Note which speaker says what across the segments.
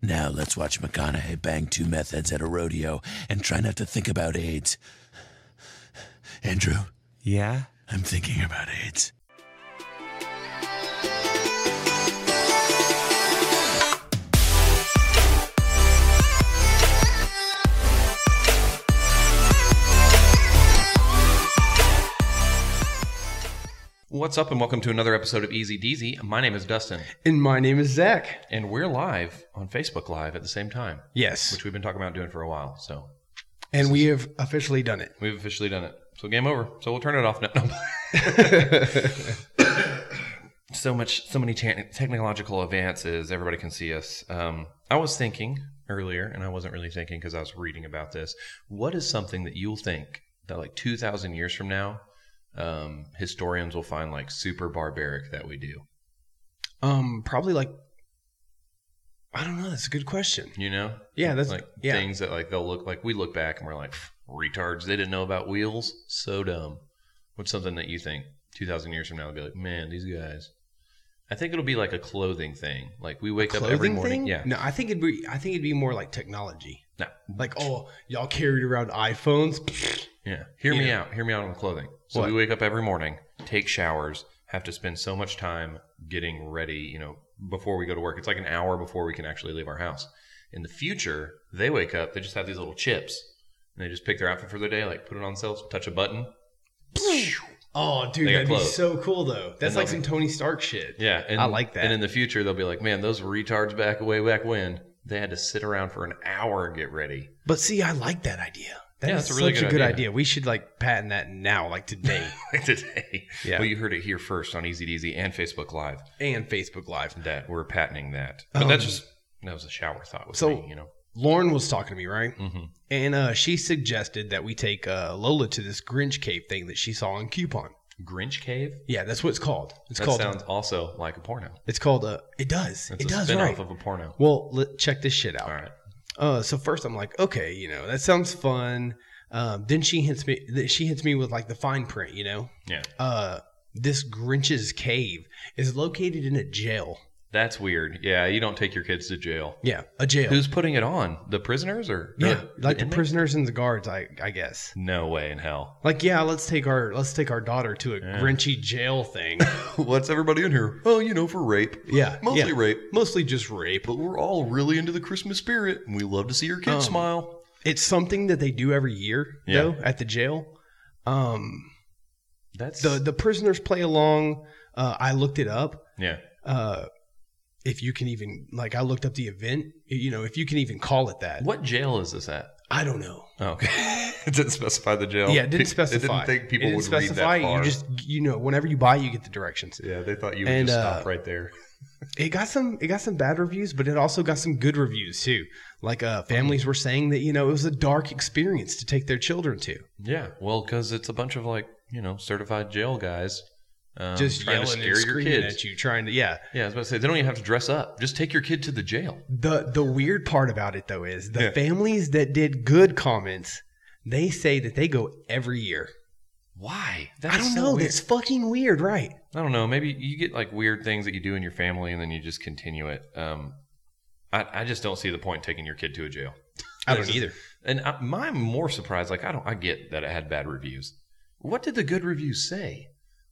Speaker 1: Now let's watch McConaughey bang two meth heads at a rodeo and try not to think about AIDS. Andrew,
Speaker 2: Yeah?
Speaker 1: I'm thinking about AIDS.
Speaker 3: What's up, and welcome to another episode of Easy Deezy. My name is Dustin,
Speaker 4: And my name is Zach.
Speaker 3: and we're live on Facebook Live at the same time,
Speaker 4: Yes.
Speaker 3: which we've been talking about doing for a while. So
Speaker 4: And we have officially done it.
Speaker 3: we've officially done it. So game over. So we'll turn it off now. No. so much, so many te- technological advances. Everybody can see us. Um, I was thinking earlier, and I wasn't really thinking because I was reading about this. What is something that you'll think that, like, two thousand years from now, um, historians will find like super barbaric that we do?
Speaker 4: Um, probably like I don't know, that's a good question.
Speaker 3: You know?
Speaker 4: Yeah, that's
Speaker 3: like
Speaker 4: yeah.
Speaker 3: things that like they'll look like we look back and we're like "Pff, retards. They didn't know about wheels. So dumb. What's something that you think two thousand years from now they'll be like, man, these guys. I think it'll be like a clothing thing. Like we wake up every
Speaker 4: Clothing
Speaker 3: morning.
Speaker 4: thing?
Speaker 3: Yeah.
Speaker 4: No, I think it'd be I think it'd be more like technology.
Speaker 3: No.
Speaker 4: Like, oh, y'all carried around iPhones.
Speaker 3: Yeah. Hear me
Speaker 4: Yeah.
Speaker 3: out. Hear me out on the clothing. So
Speaker 4: What?
Speaker 3: we wake up every morning, take showers, have to spend so much time getting ready, you know, before we go to work. It's like an hour before we can actually leave our house. In the future, they wake up, they just have these little chips. And they just pick their outfit for the day, like put it on themselves, touch a button.
Speaker 4: Oh, dude,
Speaker 3: They got
Speaker 4: that'd be
Speaker 3: clothes.
Speaker 4: so cool though. That's
Speaker 3: And
Speaker 4: like
Speaker 3: they'll-
Speaker 4: some Tony Stark shit.
Speaker 3: Yeah. And,
Speaker 4: I like that.
Speaker 3: And in the future, they'll be like, man, those retards back way back when, they had to sit around for an hour and get ready.
Speaker 4: But see, I like that idea. That
Speaker 3: Yeah,
Speaker 4: is
Speaker 3: that's a really
Speaker 4: such
Speaker 3: good
Speaker 4: a good
Speaker 3: idea.
Speaker 4: idea. We should like patent that now, like today.
Speaker 3: Like today.
Speaker 4: Yeah.
Speaker 3: Well, you heard it here first on Easy Deezy and Facebook Live.
Speaker 4: and Facebook Live.
Speaker 3: that we're patenting that. But
Speaker 4: Um,
Speaker 3: that's just that was a shower thought with
Speaker 4: so-
Speaker 3: me, you know.
Speaker 4: Lauren was talking to me, right?
Speaker 3: hmm
Speaker 4: And uh, she suggested that we take uh, Lola to this Grinch cave thing that she saw on Coupon.
Speaker 3: Grinch cave.
Speaker 4: Yeah, that's what it's called. It's
Speaker 3: that
Speaker 4: called.
Speaker 3: sounds also like a porno.
Speaker 4: it's called. Uh, it does.
Speaker 3: That's
Speaker 4: it
Speaker 3: a
Speaker 4: does.
Speaker 3: spinoff
Speaker 4: Right.
Speaker 3: of a porno.
Speaker 4: well, let, check this shit out.
Speaker 3: All right.
Speaker 4: Uh, so first, I'm like, okay, you know, that sounds fun. Um, then she hits me. th- She hits me with like the fine print, you know.
Speaker 3: Yeah.
Speaker 4: Uh, this Grinch's cave is located in a jail.
Speaker 3: That's weird. Yeah, you don't take your kids to jail.
Speaker 4: Yeah, a jail.
Speaker 3: Who's putting it on? The prisoners or
Speaker 4: yeah,
Speaker 3: or
Speaker 4: like the
Speaker 3: inmates?
Speaker 4: prisoners and the guards. I I guess.
Speaker 3: No way in hell.
Speaker 4: Like, yeah, let's take our let's take our daughter to a
Speaker 3: Yeah.
Speaker 4: Grinchy jail thing.
Speaker 3: What's everybody in here? Oh, you know, for rape.
Speaker 4: Yeah, yeah.
Speaker 3: rape.
Speaker 4: mostly just rape.
Speaker 3: But we're all really into the Christmas spirit, and we love to see your kids
Speaker 4: Um,
Speaker 3: smile.
Speaker 4: It's something that they do every year,
Speaker 3: Yeah.
Speaker 4: though, at the jail. Um,
Speaker 3: That's
Speaker 4: the the prisoners play along. Uh, I looked it up.
Speaker 3: yeah.
Speaker 4: Uh, if you can even like, I looked up the event. You know, if you can even call it that.
Speaker 3: What jail is this at?
Speaker 4: I don't know.
Speaker 3: Oh, okay. it didn't specify the jail.
Speaker 4: yeah, it didn't
Speaker 3: They
Speaker 4: specify.
Speaker 3: didn't think people
Speaker 4: It didn't
Speaker 3: would
Speaker 4: specify.
Speaker 3: read that far.
Speaker 4: You just you know, whenever you buy, you get the directions.
Speaker 3: Yeah, they thought you
Speaker 4: would And, just stop uh,
Speaker 3: right there.
Speaker 4: It got some it got some bad reviews, but it also got some good reviews too. Like uh, families were saying that you know it was a dark experience to take their children to.
Speaker 3: Yeah, well, because it's a bunch of like you know certified jail guys, um,
Speaker 4: just
Speaker 3: trying
Speaker 4: yelling
Speaker 3: to
Speaker 4: and
Speaker 3: scare your
Speaker 4: screaming
Speaker 3: kids.
Speaker 4: at you, trying to yeah.
Speaker 3: Yeah, I was about to say they don't even have to dress up. Just take your kid to the jail.
Speaker 4: The the weird part about it though is the
Speaker 3: Yeah.
Speaker 4: families that did good comments, they say that they go every year.
Speaker 3: Why?
Speaker 4: I don't know. That's fucking weird, right?
Speaker 3: I don't know. Maybe you get like weird things that you do in your family, and then you just continue it. Um, I, I just don't see the point in taking your kid to a jail.
Speaker 4: I
Speaker 3: There's
Speaker 4: don't
Speaker 3: just-
Speaker 4: either.
Speaker 3: And I, my more surprised, like I don't, I get that it had bad reviews. What did the good reviews say?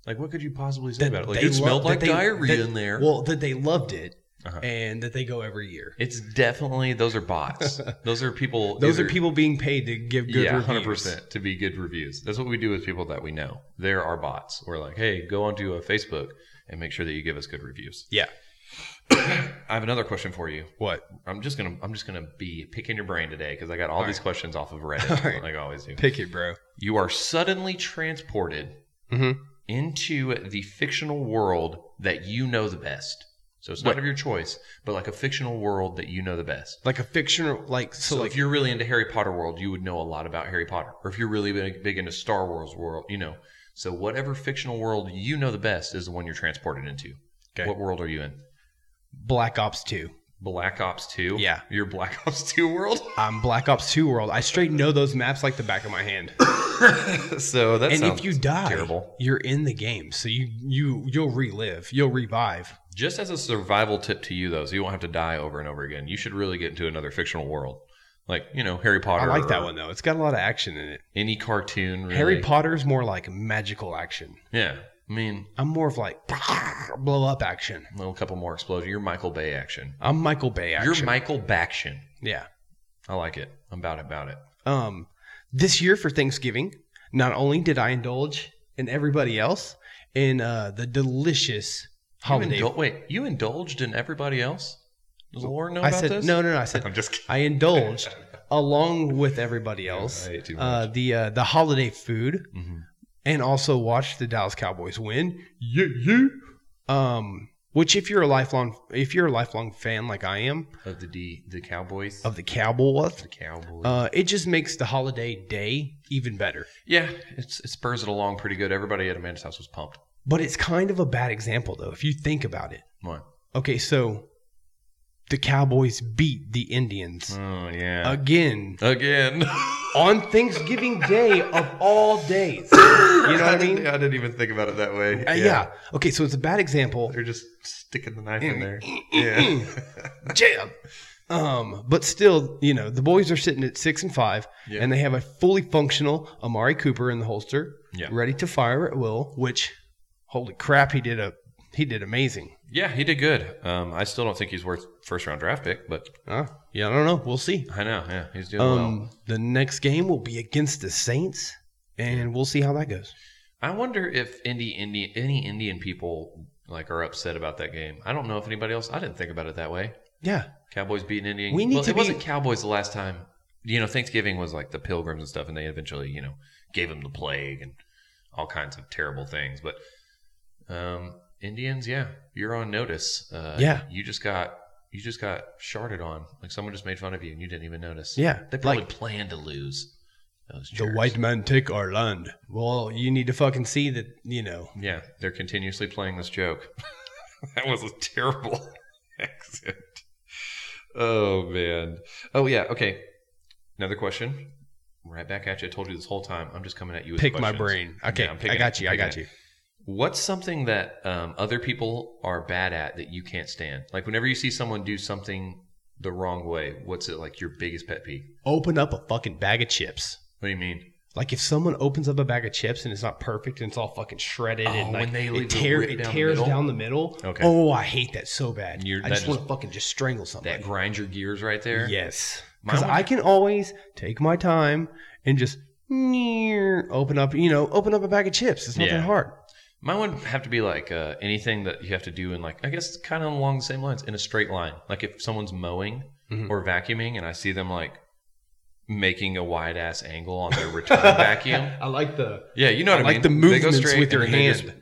Speaker 3: Like, what could you possibly say about it? Like,
Speaker 4: they
Speaker 3: it smelled
Speaker 4: love- that
Speaker 3: like
Speaker 4: they-
Speaker 3: diarrhea
Speaker 4: that-
Speaker 3: in there.
Speaker 4: Well, that they loved it
Speaker 3: Uh-huh.
Speaker 4: and that they go every year.
Speaker 3: It's definitely those are bots. those are people.
Speaker 4: Those are
Speaker 3: either-
Speaker 4: people being paid to give good
Speaker 3: yeah,
Speaker 4: reviews.
Speaker 3: hundred percent to be good reviews. That's what we do with people that we know. There are bots. We're like, hey, go onto uh, Facebook and make sure that you give us good reviews.
Speaker 4: Yeah.
Speaker 3: I have another question for you.
Speaker 4: What?
Speaker 3: I'm just gonna I'm just gonna be picking your brain today because I got all, these questions off of Reddit
Speaker 4: All right.
Speaker 3: like I always do.
Speaker 4: Pick it, bro.
Speaker 3: You are suddenly transported
Speaker 4: Mhm.
Speaker 3: into the fictional world that you know the best. So it's not
Speaker 4: What?
Speaker 3: of your choice, but like a fictional world that you know the best.
Speaker 4: Like a fictional, like so,
Speaker 3: So,
Speaker 4: like
Speaker 3: if you're really into Harry Potter world, you would know a lot about Harry Potter. Or if you're really big, big into Star Wars world, you know. So whatever fictional world you know the best is the one you're transported into.
Speaker 4: Okay.
Speaker 3: What world are you in?
Speaker 4: Black Ops Two.
Speaker 3: Black Ops 2?
Speaker 4: Yeah.
Speaker 3: Your Black Ops 2 world?
Speaker 4: I'm Black Ops Two world. I straight know those maps like the back of my hand.
Speaker 3: so that's
Speaker 4: and if you die,
Speaker 3: terrible.
Speaker 4: you're in the game, so you you you'll relive, you'll revive.
Speaker 3: Just as a survival tip to you, though, so you won't have to die over and over again, you should really get into another fictional world. Like, you know, Harry
Speaker 4: I
Speaker 3: Potter.
Speaker 4: like that
Speaker 3: or
Speaker 4: one though. It's got a lot of action in it.
Speaker 3: Any cartoon, really.
Speaker 4: Harry Potter's more like magical action.
Speaker 3: Yeah. I mean,
Speaker 4: I'm more of like blow up action.
Speaker 3: a little couple more explosions. You're Michael Bay action.
Speaker 4: I'm Michael Bay action.
Speaker 3: You're Michael Baction.
Speaker 4: yeah.
Speaker 3: I like it. I'm about it, about it.
Speaker 4: Um, this year for Thanksgiving, not only did I indulge in everybody else in uh, the delicious holiday.
Speaker 3: You indul- wait, you indulged in everybody else? Does Lauren know
Speaker 4: I
Speaker 3: about
Speaker 4: said
Speaker 3: this?
Speaker 4: no, no, no. I said
Speaker 3: I'm just kidding.
Speaker 4: I indulged along with everybody else
Speaker 3: I ate too
Speaker 4: uh, the uh, the holiday food
Speaker 3: Mhm.
Speaker 4: and also watched the Dallas Cowboys win. Yeah, yeah. Um, which if you're a lifelong if you're a lifelong fan like I am
Speaker 3: Of the D, the Cowboys.
Speaker 4: of the Cowboys,
Speaker 3: the Cowboys.
Speaker 4: uh, it just makes the holiday day even better.
Speaker 3: yeah, it's, it spurs it along pretty good. Everybody at Amanda's house was pumped.
Speaker 4: But it's kind of a bad example though if you think about it.
Speaker 3: What?
Speaker 4: Okay, so the Cowboys beat the Indians
Speaker 3: Oh, yeah.
Speaker 4: again
Speaker 3: Again.
Speaker 4: on Thanksgiving Day of all days. You know what I mean?
Speaker 3: didn't- I didn't even think about it that way.
Speaker 4: Uh, yeah. Okay, so it's a bad example.
Speaker 3: They're just sticking the knife in there.
Speaker 4: Jam. Um, but still, you know, the boys are sitting at six and five,
Speaker 3: Yeah.
Speaker 4: and they have a fully functional Amari Cooper in the holster,
Speaker 3: Yeah.
Speaker 4: ready to fire at will. Which, holy crap, he did a he did amazing.
Speaker 3: Yeah, he did good. Um, I still don't think he's worth first round draft pick, but
Speaker 4: Uh, yeah, I don't know. We'll see.
Speaker 3: I know. Yeah, he's doing well.
Speaker 4: Um, the next game will be against the Saints, and we'll see how that goes.
Speaker 3: I wonder if Indy, Indy, any Indian people like are upset about that game. I don't know if anybody else. I didn't think about it that way.
Speaker 4: Yeah,
Speaker 3: Cowboys beating Indian.
Speaker 4: We need
Speaker 3: well,
Speaker 4: to
Speaker 3: it wasn't
Speaker 4: be-
Speaker 3: Cowboys the last time. You know, Thanksgiving was like the Pilgrims and stuff, and they eventually, you know, gave them the plague and all kinds of terrible things. But um, Indians, yeah, you're on notice. Uh,
Speaker 4: Yeah.
Speaker 3: you just got you just got sharded on. Like someone just made fun of you and you didn't even notice.
Speaker 4: yeah.
Speaker 3: they
Speaker 4: like-
Speaker 3: probably planned to lose. Those
Speaker 4: The
Speaker 3: jerks.
Speaker 4: white man take our land. Well, you need to fucking see that, you know.
Speaker 3: Yeah, they're continuously playing this joke. that was a terrible accent. Oh man. Oh yeah. Okay. Another question. Right back at you. I told you this whole time. I'm just coming at you. With
Speaker 4: Pick my
Speaker 3: questions.
Speaker 4: brain. Okay,
Speaker 3: Yeah, I'm picking
Speaker 4: I got
Speaker 3: it.
Speaker 4: you. I
Speaker 3: Picking
Speaker 4: got
Speaker 3: it.
Speaker 4: you.
Speaker 3: What's something that um, other people are bad at that you can't stand? Like whenever you see someone do something the wrong way, what's it like your biggest pet peeve?
Speaker 4: Open up a fucking bag of chips.
Speaker 3: What do you mean?
Speaker 4: Like if someone opens up a bag of chips and it's not perfect and it's all fucking shredded
Speaker 3: Oh,
Speaker 4: and like
Speaker 3: when they leave
Speaker 4: it,
Speaker 3: the
Speaker 4: tear,
Speaker 3: rip
Speaker 4: it
Speaker 3: down the
Speaker 4: tears
Speaker 3: middle?
Speaker 4: down the middle.
Speaker 3: Okay.
Speaker 4: Oh, I hate that so bad.
Speaker 3: You're-
Speaker 4: I
Speaker 3: that
Speaker 4: just want to
Speaker 3: just-
Speaker 4: fucking just strangle
Speaker 3: That
Speaker 4: somebody.
Speaker 3: grind your gears right there.
Speaker 4: yes,
Speaker 3: Mine
Speaker 4: because
Speaker 3: would-
Speaker 4: I can always take my time and just near open up. You know, open up a bag of chips. It's not
Speaker 3: Yeah.
Speaker 4: that hard.
Speaker 3: Mine would have to be like uh, anything that you have to do in like I guess kind of along the same lines in a straight line. Like if someone's mowing
Speaker 4: Mhm.
Speaker 3: or vacuuming, and I see them like making a wide ass angle on their return vacuum.
Speaker 4: I like the
Speaker 3: Yeah, you know what I, mean.
Speaker 4: like the
Speaker 3: They go
Speaker 4: movements
Speaker 3: straight
Speaker 4: with your
Speaker 3: and they
Speaker 4: hand.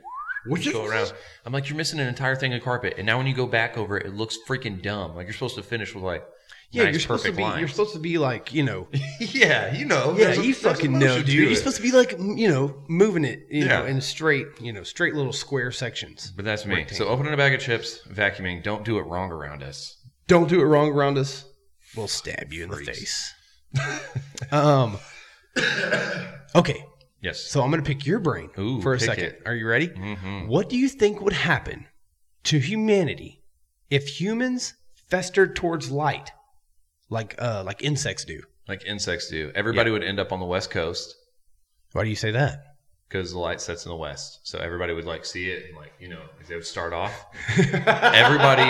Speaker 3: Just, go around. I'm like, you're missing an entire thing of carpet, and now when you go back over it, it looks freaking dumb. Like you're supposed to finish with like
Speaker 4: Yeah,
Speaker 3: nice,
Speaker 4: you're supposed to
Speaker 3: perfect
Speaker 4: be.
Speaker 3: lines.
Speaker 4: You're supposed to be like you know.
Speaker 3: yeah, you know.
Speaker 4: Yeah,
Speaker 3: there's a-
Speaker 4: you
Speaker 3: there's
Speaker 4: fucking know,
Speaker 3: emotion to
Speaker 4: dude. You're
Speaker 3: it.
Speaker 4: supposed to be like m- you know moving it, you know,
Speaker 3: Yeah.
Speaker 4: in straight, you know, straight little square sections.
Speaker 3: But that's me. So opening a bag of chips, vacuuming. Don't do it wrong around us.
Speaker 4: Don't do it wrong around us. We'll stab you in the face. um. Okay,
Speaker 3: Yes.
Speaker 4: so I'm gonna pick your brain
Speaker 3: Ooh,
Speaker 4: for a
Speaker 3: pick
Speaker 4: second.
Speaker 3: it.
Speaker 4: Are you ready?
Speaker 3: hmm
Speaker 4: What do you think would happen to humanity if humans festered towards light, like uh, like insects do?
Speaker 3: Like insects do. Everybody would end up on the west coast.
Speaker 4: Why do you say that?
Speaker 3: because the light sets in the west, so everybody would like see it and like you know they would start off. Everybody,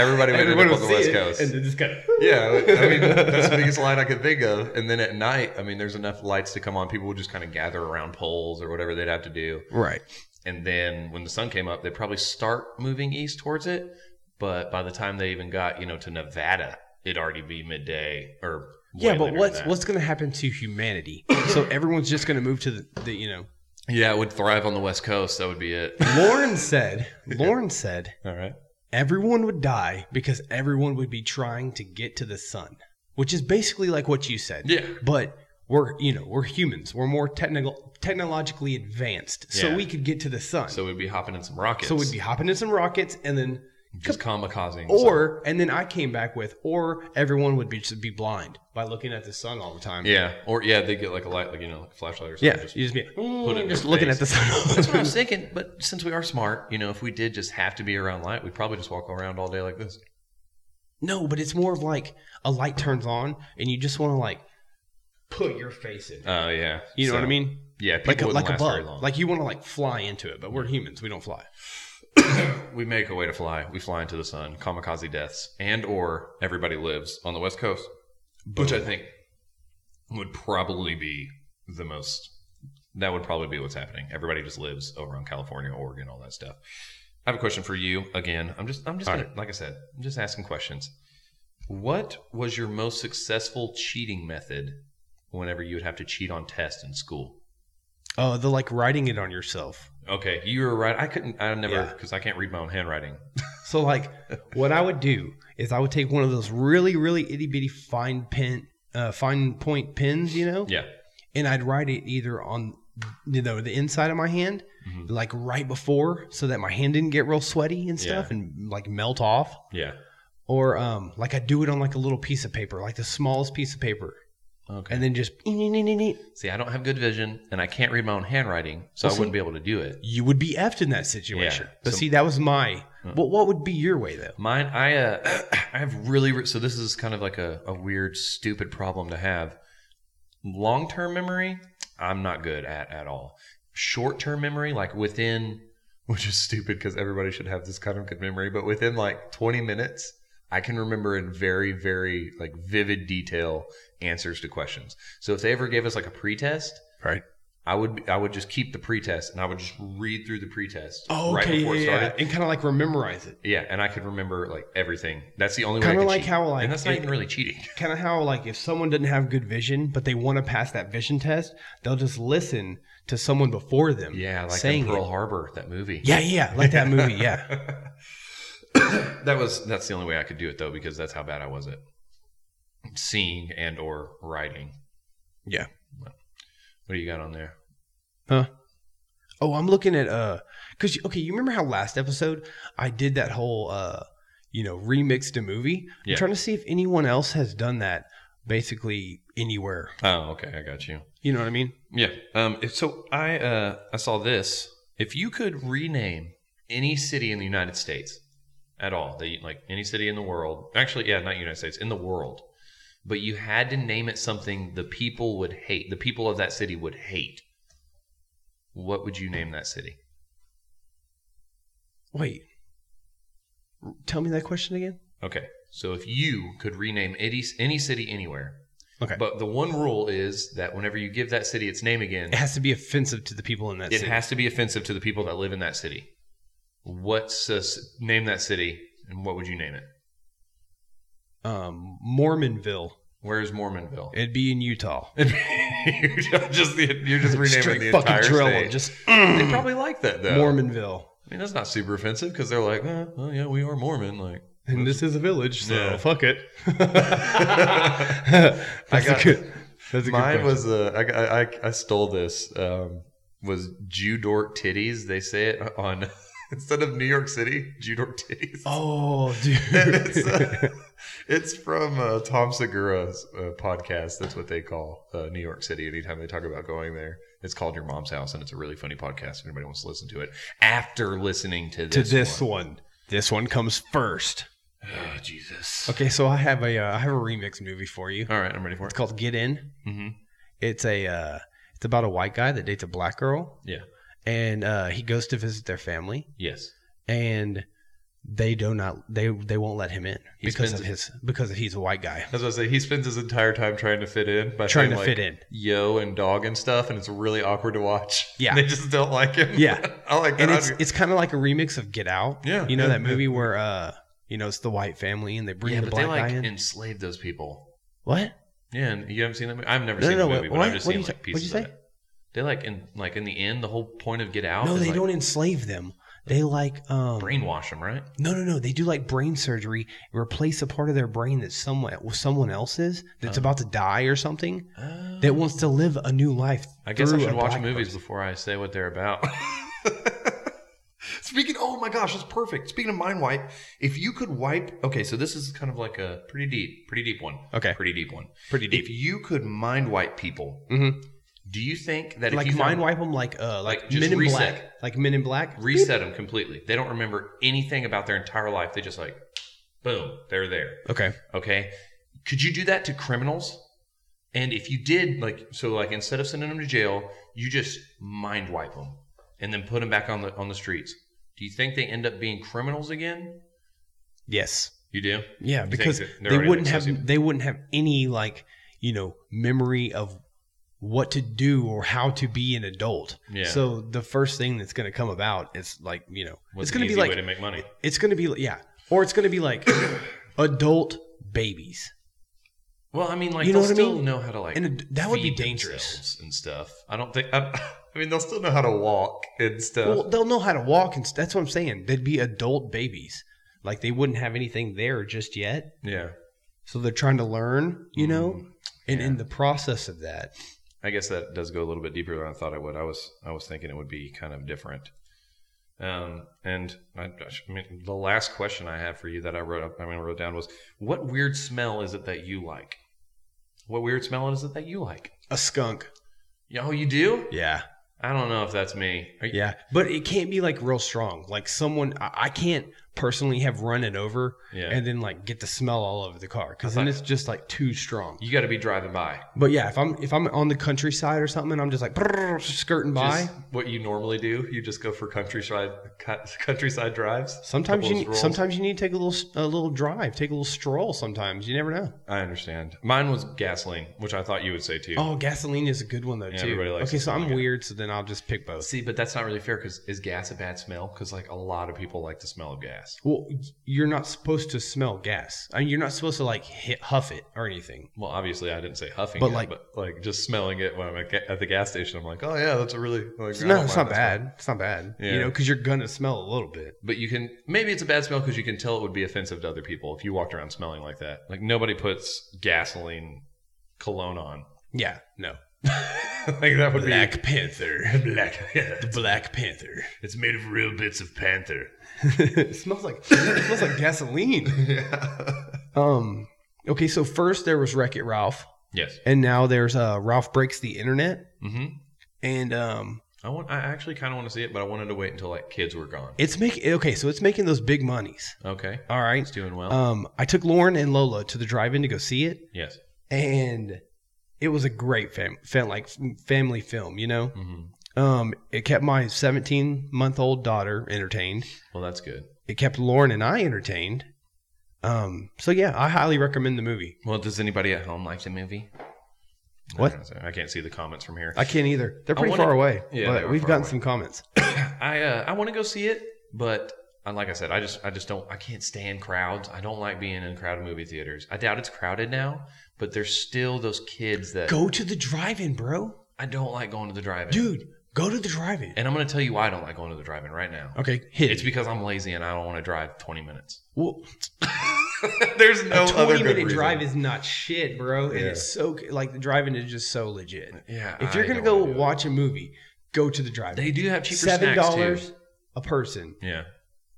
Speaker 3: everybody would end up on the west coast.
Speaker 4: and just kind of.
Speaker 3: yeah, I mean that's the biggest light I could think of. And then at night, I mean, there's enough lights to come on. People would just kind of gather around poles or whatever they'd have to do.
Speaker 4: Right.
Speaker 3: And then when the sun came up, they'd probably start moving east towards it. But by the time they even got you know to Nevada, it'd already be midday or way
Speaker 4: Yeah, but
Speaker 3: later than
Speaker 4: what's
Speaker 3: that.
Speaker 4: what's going to happen to humanity? so everyone's just going to move to the, the you know.
Speaker 3: yeah, it would thrive on the west coast. That would be it.
Speaker 4: Lauren said. Lauren said
Speaker 3: All right.
Speaker 4: everyone would die because everyone would be trying to get to the sun, which is basically like what you said.
Speaker 3: Yeah.
Speaker 4: But we're you know we're humans. We're more technical, technologically advanced, so
Speaker 3: Yeah.
Speaker 4: we could get to the sun.
Speaker 3: So we'd be hopping in some rockets.
Speaker 4: So we'd be hopping in some rockets and then
Speaker 3: just kamikazing.
Speaker 4: Or and then I came back with, or everyone would be just be blind by looking at the sun all the time.
Speaker 3: yeah, or yeah, they get like a light, like you know, like a flashlight or something.
Speaker 4: yeah.
Speaker 3: just-
Speaker 4: you just be
Speaker 3: put it in
Speaker 4: just
Speaker 3: your
Speaker 4: looking
Speaker 3: face.
Speaker 4: at the sun. all the
Speaker 3: That's what I
Speaker 4: time.
Speaker 3: was thinking. But since we are smart, you know, if we did just have to be around light, we'd probably just walk around all day like this.
Speaker 4: No, but it's more of like a light turns on and you just want to like put your face in. it.
Speaker 3: Oh yeah,
Speaker 4: You know
Speaker 3: So,
Speaker 4: what I mean?
Speaker 3: Yeah, people
Speaker 4: Like a,
Speaker 3: wouldn't
Speaker 4: like a
Speaker 3: last very
Speaker 4: bug.
Speaker 3: long.
Speaker 4: Like you want to like fly into it, but we're humans. We don't fly.
Speaker 3: we make a way to fly. We fly into the sun. Kamikaze deaths, and or everybody lives on the west coast, which I think would probably be the most. That would probably be what's happening. Everybody just lives over on California, Oregon, all that stuff. I have a question for you again. I'm just, I'm just gonna, like I said, I'm just asking questions. What was your most successful cheating method? Whenever you would have to cheat on tests in school.
Speaker 4: Oh, the like writing it on yourself.
Speaker 3: Okay, you were right. I couldn't. I never
Speaker 4: Yeah.
Speaker 3: because I can't read my own handwriting.
Speaker 4: So like, what I would do is I would take one of those really really itty bitty fine pen, uh, fine point pens, you know,
Speaker 3: Yeah.
Speaker 4: and I'd write it either on you know the inside of my hand,
Speaker 3: Mhm.
Speaker 4: like right before, so that my hand didn't get real sweaty and stuff and like melt off.
Speaker 3: Yeah.
Speaker 4: Or um, like I do it on like a little piece of paper, like the smallest piece of paper,
Speaker 3: Okay.
Speaker 4: and then just
Speaker 3: See, I don't have good vision, and I can't read my own handwriting, so
Speaker 4: Well,
Speaker 3: I wouldn't be able to do it.
Speaker 4: you would be effed in that situation.
Speaker 3: Yeah.
Speaker 4: But
Speaker 3: So-
Speaker 4: see, that was my.
Speaker 3: Huh.
Speaker 4: What what would be your way though?
Speaker 3: Mine, I, uh, I have really re- so this is kind of like a, a weird, stupid problem to have. Long term memory, I'm not good at at all. Short term memory, like within, which is stupid because everybody should have this kind of good memory, but within like 20 minutes, I can remember in very, very like vivid detail answers to questions. So if they ever gave us like a pretest,
Speaker 4: Right.
Speaker 3: I would I would just keep the pretest and I would just read through the pretest
Speaker 4: Oh, okay,
Speaker 3: right before
Speaker 4: yeah,
Speaker 3: it
Speaker 4: yeah,
Speaker 3: started.
Speaker 4: and kind of like memorize it.
Speaker 3: Yeah, and I could remember like everything. That's the only way. I
Speaker 4: Kinda
Speaker 3: could
Speaker 4: like
Speaker 3: cheat.
Speaker 4: how, like,
Speaker 3: and that's not
Speaker 4: it-
Speaker 3: even really cheating.
Speaker 4: kind of how like if someone doesn't have good vision but they want to pass that vision test they'll just listen to someone before them
Speaker 3: Yeah, like
Speaker 4: saying
Speaker 3: in Pearl
Speaker 4: it.
Speaker 3: Harbor, that movie.
Speaker 4: yeah yeah like that movie yeah
Speaker 3: that was that's the only way I could do it though because that's how bad I was at seeing and or writing.
Speaker 4: Yeah.
Speaker 3: What do you got on there?
Speaker 4: oh i'm looking at uh because okay you remember how last episode i did that whole uh you know remixed a movie
Speaker 3: Yeah.
Speaker 4: i'm trying to see if anyone else has done that basically anywhere
Speaker 3: Oh, okay, I got you.
Speaker 4: you know what i mean
Speaker 3: Yeah. Um. If, so I uh I saw this. If you could rename any city in the United States at all, that you- like any city in the world, actually, yeah, not United States, in the world, but you had to name it something the people would hate, the people of that city would hate. What would you name that city?
Speaker 4: wait tell me that question again
Speaker 3: Okay. So if you could rename any any city anywhere,
Speaker 4: okay but
Speaker 3: but the one rule is that whenever you give that city its name again,
Speaker 4: it has to be offensive to the people in that
Speaker 3: it
Speaker 4: city.
Speaker 3: has to be offensive to the people that live in that city. What's uh, name that city and what would you name it?
Speaker 4: um mormonville
Speaker 3: Where's Mormonville?
Speaker 4: it'd be in utah
Speaker 3: you're just you're just renaming
Speaker 4: Straight
Speaker 3: the
Speaker 4: fucking
Speaker 3: entire
Speaker 4: drill 'em,
Speaker 3: state.
Speaker 4: Just
Speaker 3: they probably like that though.
Speaker 4: Mormonville.
Speaker 3: I mean, that's not super offensive because they're like, eh, well, yeah, we are Mormon. Like,
Speaker 4: And this is a village, so
Speaker 3: Yeah.
Speaker 4: fuck it.
Speaker 3: I
Speaker 4: that's
Speaker 3: got-
Speaker 4: a good. That's a
Speaker 3: Mine
Speaker 4: good
Speaker 3: was uh, I, got- I I- I stole this. Um, was Jew dork titties? They say it on instead of New York City, Jew dork titties.
Speaker 4: Oh, dude.
Speaker 3: And it's, uh, it's from uh, Tom Segura's uh, podcast. That's what they call uh, New York City. Anytime they talk about going there, it's called Your Mom's House, and it's a really funny podcast. If anybody wants to listen to it after listening to this,
Speaker 4: to this one. This one comes first.
Speaker 3: Oh, Jesus.
Speaker 4: Okay, so I have a uh, I have a remix movie for you.
Speaker 3: All right, I'm ready for it.
Speaker 4: It's called Get In.
Speaker 3: hmm
Speaker 4: It's a uh, it's about a white guy that dates a black girl.
Speaker 3: Yeah.
Speaker 4: And uh, he goes to visit their family,
Speaker 3: Yes.
Speaker 4: and they do not they they won't let him in
Speaker 3: He
Speaker 4: because
Speaker 3: spends-
Speaker 4: of his because he's a white guy
Speaker 3: As I say, he spends his entire time trying to fit in by saying,
Speaker 4: trying to
Speaker 3: like,
Speaker 4: fit in.
Speaker 3: yo and dog and stuff, and it's really awkward to watch.
Speaker 4: Yeah.
Speaker 3: they just don't like him.
Speaker 4: Yeah.
Speaker 3: I like that.
Speaker 4: and it's it's kind of like a remix of Get Out.
Speaker 3: Yeah,
Speaker 4: you know
Speaker 3: yeah,
Speaker 4: that movie
Speaker 3: yeah.
Speaker 4: where uh, you know, it's the white family and they bring
Speaker 3: yeah,
Speaker 4: the
Speaker 3: but they
Speaker 4: black
Speaker 3: like
Speaker 4: guy in.
Speaker 3: enslave those people.
Speaker 4: what?
Speaker 3: Yeah, and you haven't seen that movie. I've never
Speaker 4: No, no,
Speaker 3: seen
Speaker 4: no,
Speaker 3: the movie,
Speaker 4: what-
Speaker 3: but I've just
Speaker 4: what
Speaker 3: seen
Speaker 4: do you
Speaker 3: like
Speaker 4: say- what'd
Speaker 3: pieces
Speaker 4: you
Speaker 3: of
Speaker 4: say?
Speaker 3: it. They like in like in the end, the whole point of Get Out.
Speaker 4: no,
Speaker 3: is,
Speaker 4: they
Speaker 3: like,
Speaker 4: don't enslave them. They like um,
Speaker 3: brainwash them, right?
Speaker 4: no, no, no. They do like brain surgery, replace a part of their brain that someone someone else's that's
Speaker 3: Oh.
Speaker 4: about to die or something that wants to live a new life.
Speaker 3: I guess I
Speaker 4: through
Speaker 3: should
Speaker 4: a
Speaker 3: watch
Speaker 4: black
Speaker 3: movies
Speaker 4: person.
Speaker 3: before I say what they're about. Speaking oh my gosh, that's perfect. Speaking of mind wipe, if you could wipe, okay, so this is kind of like a pretty deep, pretty deep one.
Speaker 4: Okay.
Speaker 3: Pretty deep one.
Speaker 4: Pretty
Speaker 3: If you could mind wipe people,
Speaker 4: Mm-hmm.
Speaker 3: do you think that if
Speaker 4: Like
Speaker 3: you
Speaker 4: mind
Speaker 3: found-
Speaker 4: wipe them like uh like,
Speaker 3: Like, just
Speaker 4: Men in
Speaker 3: reset.
Speaker 4: Black, like Men in Black.
Speaker 3: reset them completely, they don't remember anything about their entire life. They just like, boom, they're there.
Speaker 4: Okay.
Speaker 3: Okay. Could you do that to criminals? And if you did, like, so, like, instead of sending them to jail, you just mind wipe them and then put them back on the on the streets. Do you think they end up being criminals again?
Speaker 4: Yes.
Speaker 3: You do.
Speaker 4: Yeah,
Speaker 3: think
Speaker 4: because
Speaker 3: that they're
Speaker 4: they
Speaker 3: already
Speaker 4: wouldn't have
Speaker 3: obsessive?
Speaker 4: they wouldn't have any like you know memory of what to do or how to be an adult.
Speaker 3: Yeah.
Speaker 4: So the first thing that's going to come about is like you know
Speaker 3: What's
Speaker 4: it's going
Speaker 3: an
Speaker 4: to be
Speaker 3: easy way
Speaker 4: like
Speaker 3: to make money?
Speaker 4: it's going to be like- yeah or it's going to be like adult babies
Speaker 3: Well, I mean, like,
Speaker 4: You know
Speaker 3: they'll
Speaker 4: what I
Speaker 3: still
Speaker 4: mean?
Speaker 3: know how to like,
Speaker 4: and ad- that would be
Speaker 3: feed
Speaker 4: dangerous.
Speaker 3: themselves and stuff. I don't think. I, I mean, they'll still know how to walk and stuff.
Speaker 4: Well, they'll know how to walk and s- that's what I'm saying. They'd be adult babies. Like they wouldn't have anything there just yet.
Speaker 3: yeah,
Speaker 4: So they're trying to learn, you know. And in
Speaker 3: yeah.
Speaker 4: the process of that,
Speaker 3: I guess that does go a little bit deeper than I thought it would. I was I was thinking it would be kind of different. Um, and I, I mean, the last question I have for you that I wrote up, I mean, I wrote down was, what weird smell is it that you like? What weird smell is it that you like?
Speaker 4: a skunk.
Speaker 3: Yeah, Oh, you do?
Speaker 4: Yeah.
Speaker 3: I don't know if that's me. Are you-
Speaker 4: Yeah, but it can't be like real strong. Like someone, I, I can't personally have run it over
Speaker 3: Yeah.
Speaker 4: and then like get the smell all over the car because then it's just like too strong.
Speaker 3: you got to be driving by.
Speaker 4: But yeah, if I'm if I'm on the countryside or something, and I'm just like brrr, skirting by.
Speaker 3: Just what you normally do. You just go for countryside cu- countryside drives. Couple
Speaker 4: sometimes you
Speaker 3: of
Speaker 4: need,
Speaker 3: strolls.
Speaker 4: sometimes you need to take a little s- a little drive, take a little stroll. Sometimes you never know.
Speaker 3: I understand. Mine was gasoline, which I thought you would say too.
Speaker 4: Oh, gasoline is a good one though
Speaker 3: Yeah,
Speaker 4: too.
Speaker 3: everybody likes
Speaker 4: Okay, so
Speaker 3: something
Speaker 4: I'm
Speaker 3: like it.
Speaker 4: weird, so then I'll just pick both.
Speaker 3: See, but that's not really fair because is gas a bad smell? Because like a lot of people like the smell of gas.
Speaker 4: Well, you're not supposed to smell gas. I mean, you're not supposed to like hit, huff it or anything.
Speaker 3: Well, obviously, I didn't say huffing,
Speaker 4: But,
Speaker 3: it,
Speaker 4: like-
Speaker 3: but like just smelling it when I'm at, ga- at the gas station, I'm like, oh yeah, that's a really like, I don't
Speaker 4: no,
Speaker 3: mind
Speaker 4: it's not
Speaker 3: that
Speaker 4: bad.
Speaker 3: smell.
Speaker 4: It's not bad.
Speaker 3: Yeah.
Speaker 4: You know, because you're gonna smell a little bit.
Speaker 3: But you can maybe it's a bad smell because you can tell it would be offensive to other people if you walked around smelling like that. Like nobody puts gasoline cologne on.
Speaker 4: Yeah, no.
Speaker 3: like that would
Speaker 4: Panther.
Speaker 3: be black. Yeah,
Speaker 4: Black Panther.
Speaker 3: it's made of real bits of panther.
Speaker 4: it smells like it smells like gasoline. Um. Okay, so first there was Wreck It Ralph,
Speaker 3: yes.
Speaker 4: and now there's uh Ralph breaks the internet,
Speaker 3: Mm-hmm.
Speaker 4: and um,
Speaker 3: I want. I actually kind of want to see it, but I wanted to wait until like kids were gone.
Speaker 4: it's making okay, so it's making those big monies.
Speaker 3: Okay,
Speaker 4: All right.
Speaker 3: it's doing well.
Speaker 4: Um, I took Lauren and Lola to the drive-in to go see it,
Speaker 3: yes.
Speaker 4: and it was a great fam, fam like family film, you know.
Speaker 3: hmm
Speaker 4: Um, it kept my 17-month-old daughter entertained.
Speaker 3: Well, that's good.
Speaker 4: it kept Lauren and I entertained. Um, so yeah, I highly recommend the movie.
Speaker 3: Well, does anybody at home like the movie?
Speaker 4: What?
Speaker 3: I can't see the comments from here.
Speaker 4: I can't either. They're
Speaker 3: I
Speaker 4: pretty
Speaker 3: wanna-
Speaker 4: far away,
Speaker 3: Yeah, they
Speaker 4: but
Speaker 3: are
Speaker 4: we've
Speaker 3: far
Speaker 4: gotten
Speaker 3: away.
Speaker 4: some comments.
Speaker 3: I uh, I want to go see it, but uh, like I said, I just I just don't I can't stand crowds. I don't like being in crowded movie theaters. I doubt it's crowded now, but there's still those kids that
Speaker 4: Go to the drive-in, bro,
Speaker 3: I don't like going to the drive-in.
Speaker 4: dude. Go to the drive-in.
Speaker 3: and I'm going to tell you why I don't like going to the drive-in right now.
Speaker 4: Okay, hit
Speaker 3: It's
Speaker 4: it.
Speaker 3: because I'm lazy and I don't want to drive 20 minutes.
Speaker 4: Well,
Speaker 3: there's no
Speaker 4: a
Speaker 3: other good
Speaker 4: twenty-minute
Speaker 3: reason.
Speaker 4: drive is not shit, bro. And
Speaker 3: Yeah.
Speaker 4: it's so like the drive-in is just so legit.
Speaker 3: yeah.
Speaker 4: If
Speaker 3: I
Speaker 4: you're gonna
Speaker 3: don't
Speaker 4: go
Speaker 3: wanna do it.
Speaker 4: watch a movie, go to the drive-in.
Speaker 3: they do have cheaper
Speaker 4: Seven
Speaker 3: snacks too.
Speaker 4: dollars a person
Speaker 3: Yeah,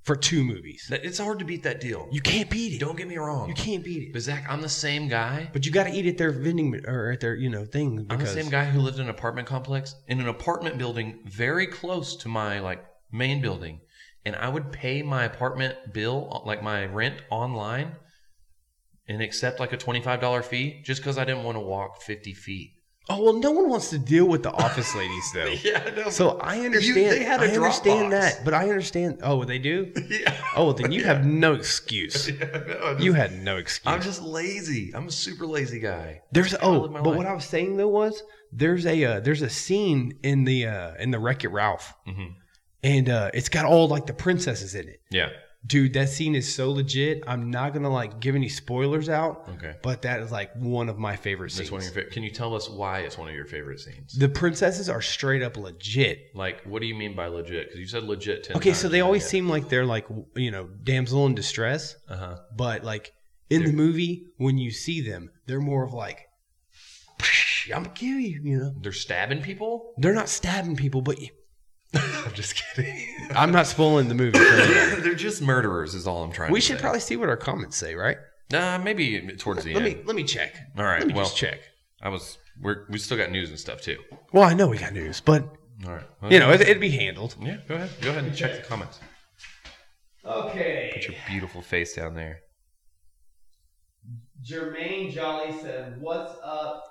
Speaker 4: for two movies.
Speaker 3: That- it's hard to beat that deal.
Speaker 4: You can't beat it.
Speaker 3: don't get me wrong.
Speaker 4: you can't beat it.
Speaker 3: But Zach, I'm the same guy.
Speaker 4: But you got to eat at their vending or at their you know thing
Speaker 3: I'm the
Speaker 4: because
Speaker 3: same guy who lived in an apartment complex in an apartment building very close to my like main building, and I would pay my apartment bill uh, like my rent online, and accept like a twenty five dollar fee just because I didn't want to walk fifty feet.
Speaker 4: Oh well, no one wants to deal with the office ladies though.
Speaker 3: Yeah, I know.
Speaker 4: So I understand.
Speaker 3: they had a
Speaker 4: I understand
Speaker 3: Dropbox.
Speaker 4: that, but I understand. Oh, well, they do.
Speaker 3: yeah,
Speaker 4: Oh, well, then you have no excuse. You had no
Speaker 3: I'm
Speaker 4: excuse.
Speaker 3: just lazy. I'm a super lazy guy.
Speaker 4: There's
Speaker 3: I
Speaker 4: oh,
Speaker 3: live my
Speaker 4: but
Speaker 3: life.
Speaker 4: what I was saying though was there's a uh, there's a scene in the uh, in the Wreck It Ralph,
Speaker 3: Mhm.
Speaker 4: and uh, it's got all like the princesses in it.
Speaker 3: Yeah.
Speaker 4: Dude, that scene is so legit. I'm not gonna like give any spoilers out,
Speaker 3: Okay.
Speaker 4: but that is like one of my favorite scenes.
Speaker 3: That's one of your. Fa- Can you tell us why it's one of your favorite scenes?
Speaker 4: the princesses are straight up legit.
Speaker 3: Like, what do you mean by legit? Because you said legit ten.
Speaker 4: Okay, so they always seem like they're like you know damsel in distress,
Speaker 3: Uh huh.
Speaker 4: but like in the movie when you see them, they're more of like, "Psh, "I'm gonna kill you," you know.
Speaker 3: They're stabbing people.
Speaker 4: They're not stabbing people, but you,
Speaker 3: I'm just kidding.
Speaker 4: I'm not spoiling the movie. for you.
Speaker 3: They're just murderers, is all I'm trying
Speaker 4: we
Speaker 3: to say.
Speaker 4: should probably see what our comments say, right?
Speaker 3: Nah, maybe towards the
Speaker 4: Let
Speaker 3: end.
Speaker 4: me let me check.
Speaker 3: all right.
Speaker 4: Let me
Speaker 3: well,
Speaker 4: just check.
Speaker 3: I was. We're, we still got news and stuff too.
Speaker 4: Well, I know we got news, but
Speaker 3: All right.
Speaker 4: you know it, it'd be handled.
Speaker 3: Yeah. Go ahead. Go ahead and check the comments.
Speaker 2: Okay.
Speaker 3: Put your beautiful face down there.
Speaker 2: Jermaine Jolly said, What's up?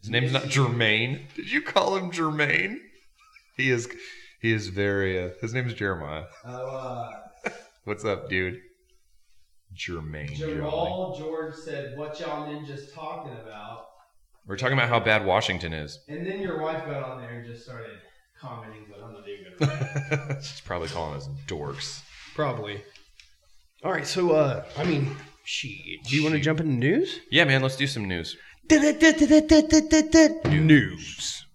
Speaker 3: His name's not Jermaine. Did you call him Jermaine? He is. He is very. Uh, his name's Jeremiah.
Speaker 2: Oh, uh,
Speaker 3: What's up, dude? Jermaine. Jolly.
Speaker 2: Jerol George said, What y'all ninjas talking about?
Speaker 3: We're talking about how bad Washington is.
Speaker 2: And then your wife got on there and just started commenting, but I'm not even going to read it.
Speaker 3: She's probably calling us dorks.
Speaker 4: Probably. All right, so uh, I mean, shit. Do you want to jump into news?
Speaker 3: Yeah, man. Let's do some news.
Speaker 4: News.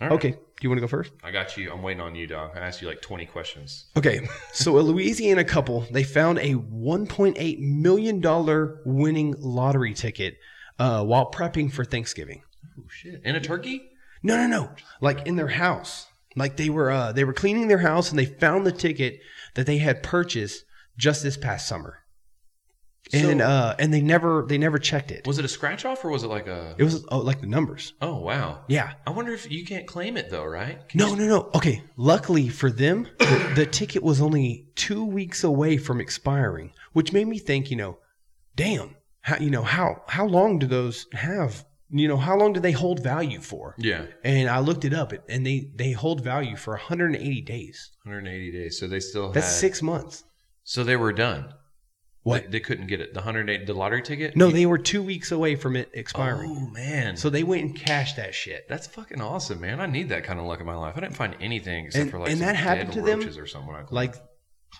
Speaker 3: All right.
Speaker 4: Okay. Do you want to go first?
Speaker 3: I got you. I'm waiting on you, dog. I asked you like 20 questions.
Speaker 4: Okay. So a Louisiana couple they found a 1.8 million dollar winning lottery ticket uh, while prepping for Thanksgiving.
Speaker 3: Oh shit! And a turkey?
Speaker 4: No, no, no. Like in their house. Like they were uh, they were cleaning their house and they found the ticket that they had purchased just this past summer. And
Speaker 3: So-
Speaker 4: uh, and they never they never checked it.
Speaker 3: Was it a scratch off or was it like a?
Speaker 4: It was oh, like the numbers.
Speaker 3: Oh wow!
Speaker 4: Yeah.
Speaker 3: I wonder if you can't claim it though, right? Can
Speaker 4: No, no, no. Okay. Luckily for them, the, the ticket was only two weeks away from expiring, which made me think, you know, damn, how you know how how long do those have? You know, how long do they hold value for?
Speaker 3: you- Yeah,
Speaker 4: And I looked it up, and they they hold value for 180 days.
Speaker 3: 180 days. So they still
Speaker 4: That's
Speaker 3: had-
Speaker 4: six months.
Speaker 3: So they were done.
Speaker 4: What?
Speaker 3: They, they couldn't get it. The 108, the lottery ticket.
Speaker 4: No, they were two weeks away from it expiring,
Speaker 3: Oh man,
Speaker 4: so they went and cashed that shit.
Speaker 3: that's fucking awesome, man. I need that kind of luck in my life. I didn't find anything except
Speaker 4: And-
Speaker 3: for like
Speaker 4: and
Speaker 3: some
Speaker 4: that happened
Speaker 3: dead
Speaker 4: to them?
Speaker 3: roaches or something. I
Speaker 4: Like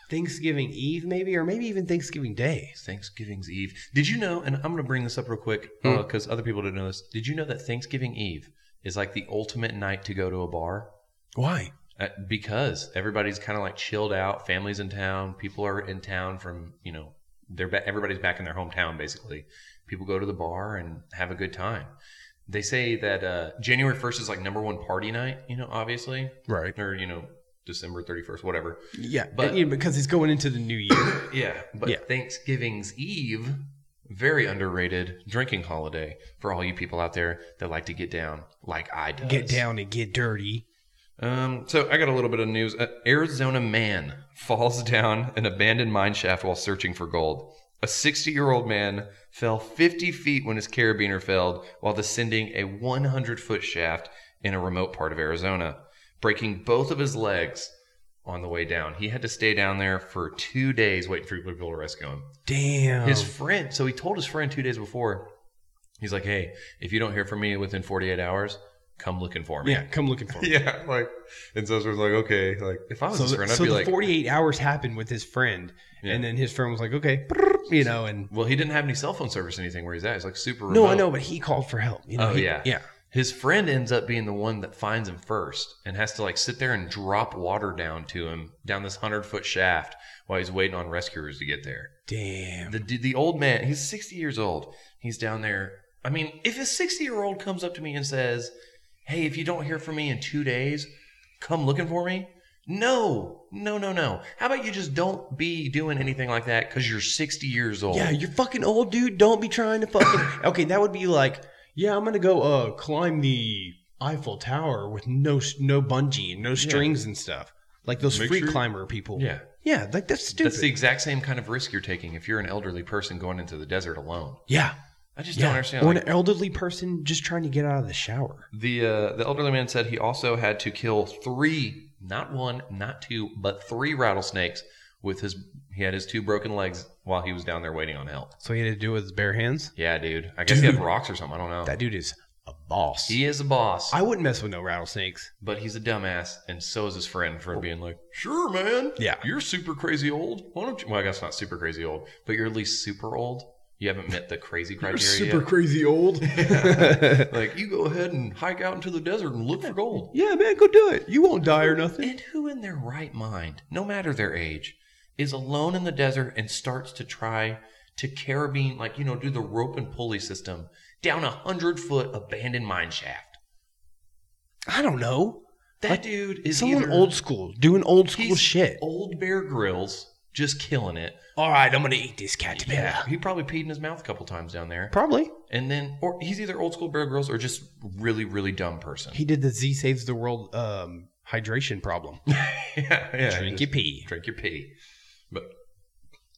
Speaker 4: Thanksgiving Eve, maybe, or maybe even Thanksgiving Day.
Speaker 3: Thanksgiving's Eve. Did you know? And I'm going to bring this up real quick
Speaker 4: Hmm.
Speaker 3: because other people didn't know this. Did you know that Thanksgiving Eve is like the ultimate night to go to a bar?
Speaker 4: Why?
Speaker 3: Uh, because everybody's kind of like chilled out. Families in town. People are in town from you know they're ba- everybody's back in their hometown basically. People go to the bar and have a good time. They say that uh, January first is like number one party night. You know, obviously,
Speaker 4: Right.
Speaker 3: or you know December thirty first, whatever.
Speaker 4: Yeah,
Speaker 3: But-
Speaker 4: but yeah, because it's going into the new year.
Speaker 3: Yeah, but
Speaker 4: Yeah.
Speaker 3: Thanksgiving's Eve, very underrated drinking holiday for all you people out there that like to get down like I do.
Speaker 4: get down and get dirty.
Speaker 3: Um, so I got a little bit of news. Uh, Arizona man falls down an abandoned mine shaft while searching for gold. A 60 year old man fell 50 feet when his carabiner failed while descending a 100 foot shaft in a remote part of Arizona, breaking both of his legs on the way down. He had to stay down there for two days waiting for people to rescue him.
Speaker 4: Damn.
Speaker 3: His friend, so he told his friend two days before, he's like, hey, if you don't hear from me within 48 hours, come looking for me.
Speaker 4: yeah, come looking for me.
Speaker 3: Yeah, like, and so I was like, okay, like, if I was
Speaker 4: So,
Speaker 3: his friend, I'd
Speaker 4: so
Speaker 3: be
Speaker 4: the
Speaker 3: like,
Speaker 4: 48 hours happened with his friend,
Speaker 3: Yeah.
Speaker 4: and then his friend was like, "Okay," brrr, you know, and
Speaker 3: well, he didn't have any cell phone service or anything where he's at. It's like super remote.
Speaker 4: no, I know, but he called for help. You know,
Speaker 3: Oh,
Speaker 4: he-
Speaker 3: yeah.
Speaker 4: yeah.
Speaker 3: His friend ends up being the one that finds him first and has to like sit there and drop water down to him down this hundred foot shaft while he's waiting on rescuers to get there.
Speaker 4: Damn.
Speaker 3: The the old man, he's sixty years old. He's down there. I mean, if a sixty year old comes up to me and says, "Hey, if you don't hear from me in two days, come looking for me." No, no, no, no. How about you just don't be doing anything like that because you're sixty years old.
Speaker 4: Yeah, you're fucking old, dude. Don't be trying to fucking. okay, that would be like, yeah, I'm gonna go uh climb the Eiffel Tower with no s- no bungee and no strings and stuff, like those
Speaker 3: Make
Speaker 4: free
Speaker 3: sure-
Speaker 4: climber people.
Speaker 3: yeah.
Speaker 4: yeah, like that's stupid.
Speaker 3: That's the exact same kind of risk you're taking if you're an elderly person going into the desert alone.
Speaker 4: yeah,
Speaker 3: I just
Speaker 4: yeah.
Speaker 3: don't understand.
Speaker 4: Or
Speaker 3: like-
Speaker 4: an elderly person just trying to get out of the shower.
Speaker 3: The uh, the elderly man said he also had to kill three, not one, not two, but three rattlesnakes with his. He had his two broken legs while he was down there waiting on help.
Speaker 4: So he had to do it with his bare hands.
Speaker 3: Yeah, dude. I guess he had
Speaker 4: Dude.
Speaker 3: rocks or something. I don't know.
Speaker 4: That dude is a boss.
Speaker 3: he is a boss,
Speaker 4: I wouldn't mess with no rattlesnakes.
Speaker 3: but he's a dumbass, and so is his friend for being like, "Sure, man.
Speaker 4: Yeah.
Speaker 3: you're super crazy old. Why don't you? Well, I guess not super crazy old, but you're at least super old. You haven't met the crazy criteria yet.
Speaker 4: crazy old. yeah,
Speaker 3: like, you go ahead and hike out into the desert and look for gold.
Speaker 4: man, go do it. You won't die or nothing.
Speaker 3: And who in their right mind, no matter their age, is alone in the desert and starts to try to carabine, like, you know, do the rope and pulley system down a hundred foot abandoned mine shaft?
Speaker 4: I don't know.
Speaker 3: That
Speaker 4: Like,
Speaker 3: dude is
Speaker 4: Someone
Speaker 3: either-
Speaker 4: old school doing old school
Speaker 3: he's
Speaker 4: shit.
Speaker 3: Old Bear Grylls just killing it.
Speaker 4: All right, I'm gonna eat this caterpillar.
Speaker 3: Yeah, he probably peed in his mouth a couple times down there,
Speaker 4: Probably.
Speaker 3: and then or he's either old school Bear Grylls or just really really dumb person.
Speaker 4: He did the Z saves the world um, hydration problem.
Speaker 3: yeah, yeah.
Speaker 4: Drink
Speaker 3: just
Speaker 4: your pee.
Speaker 3: drink your pee. But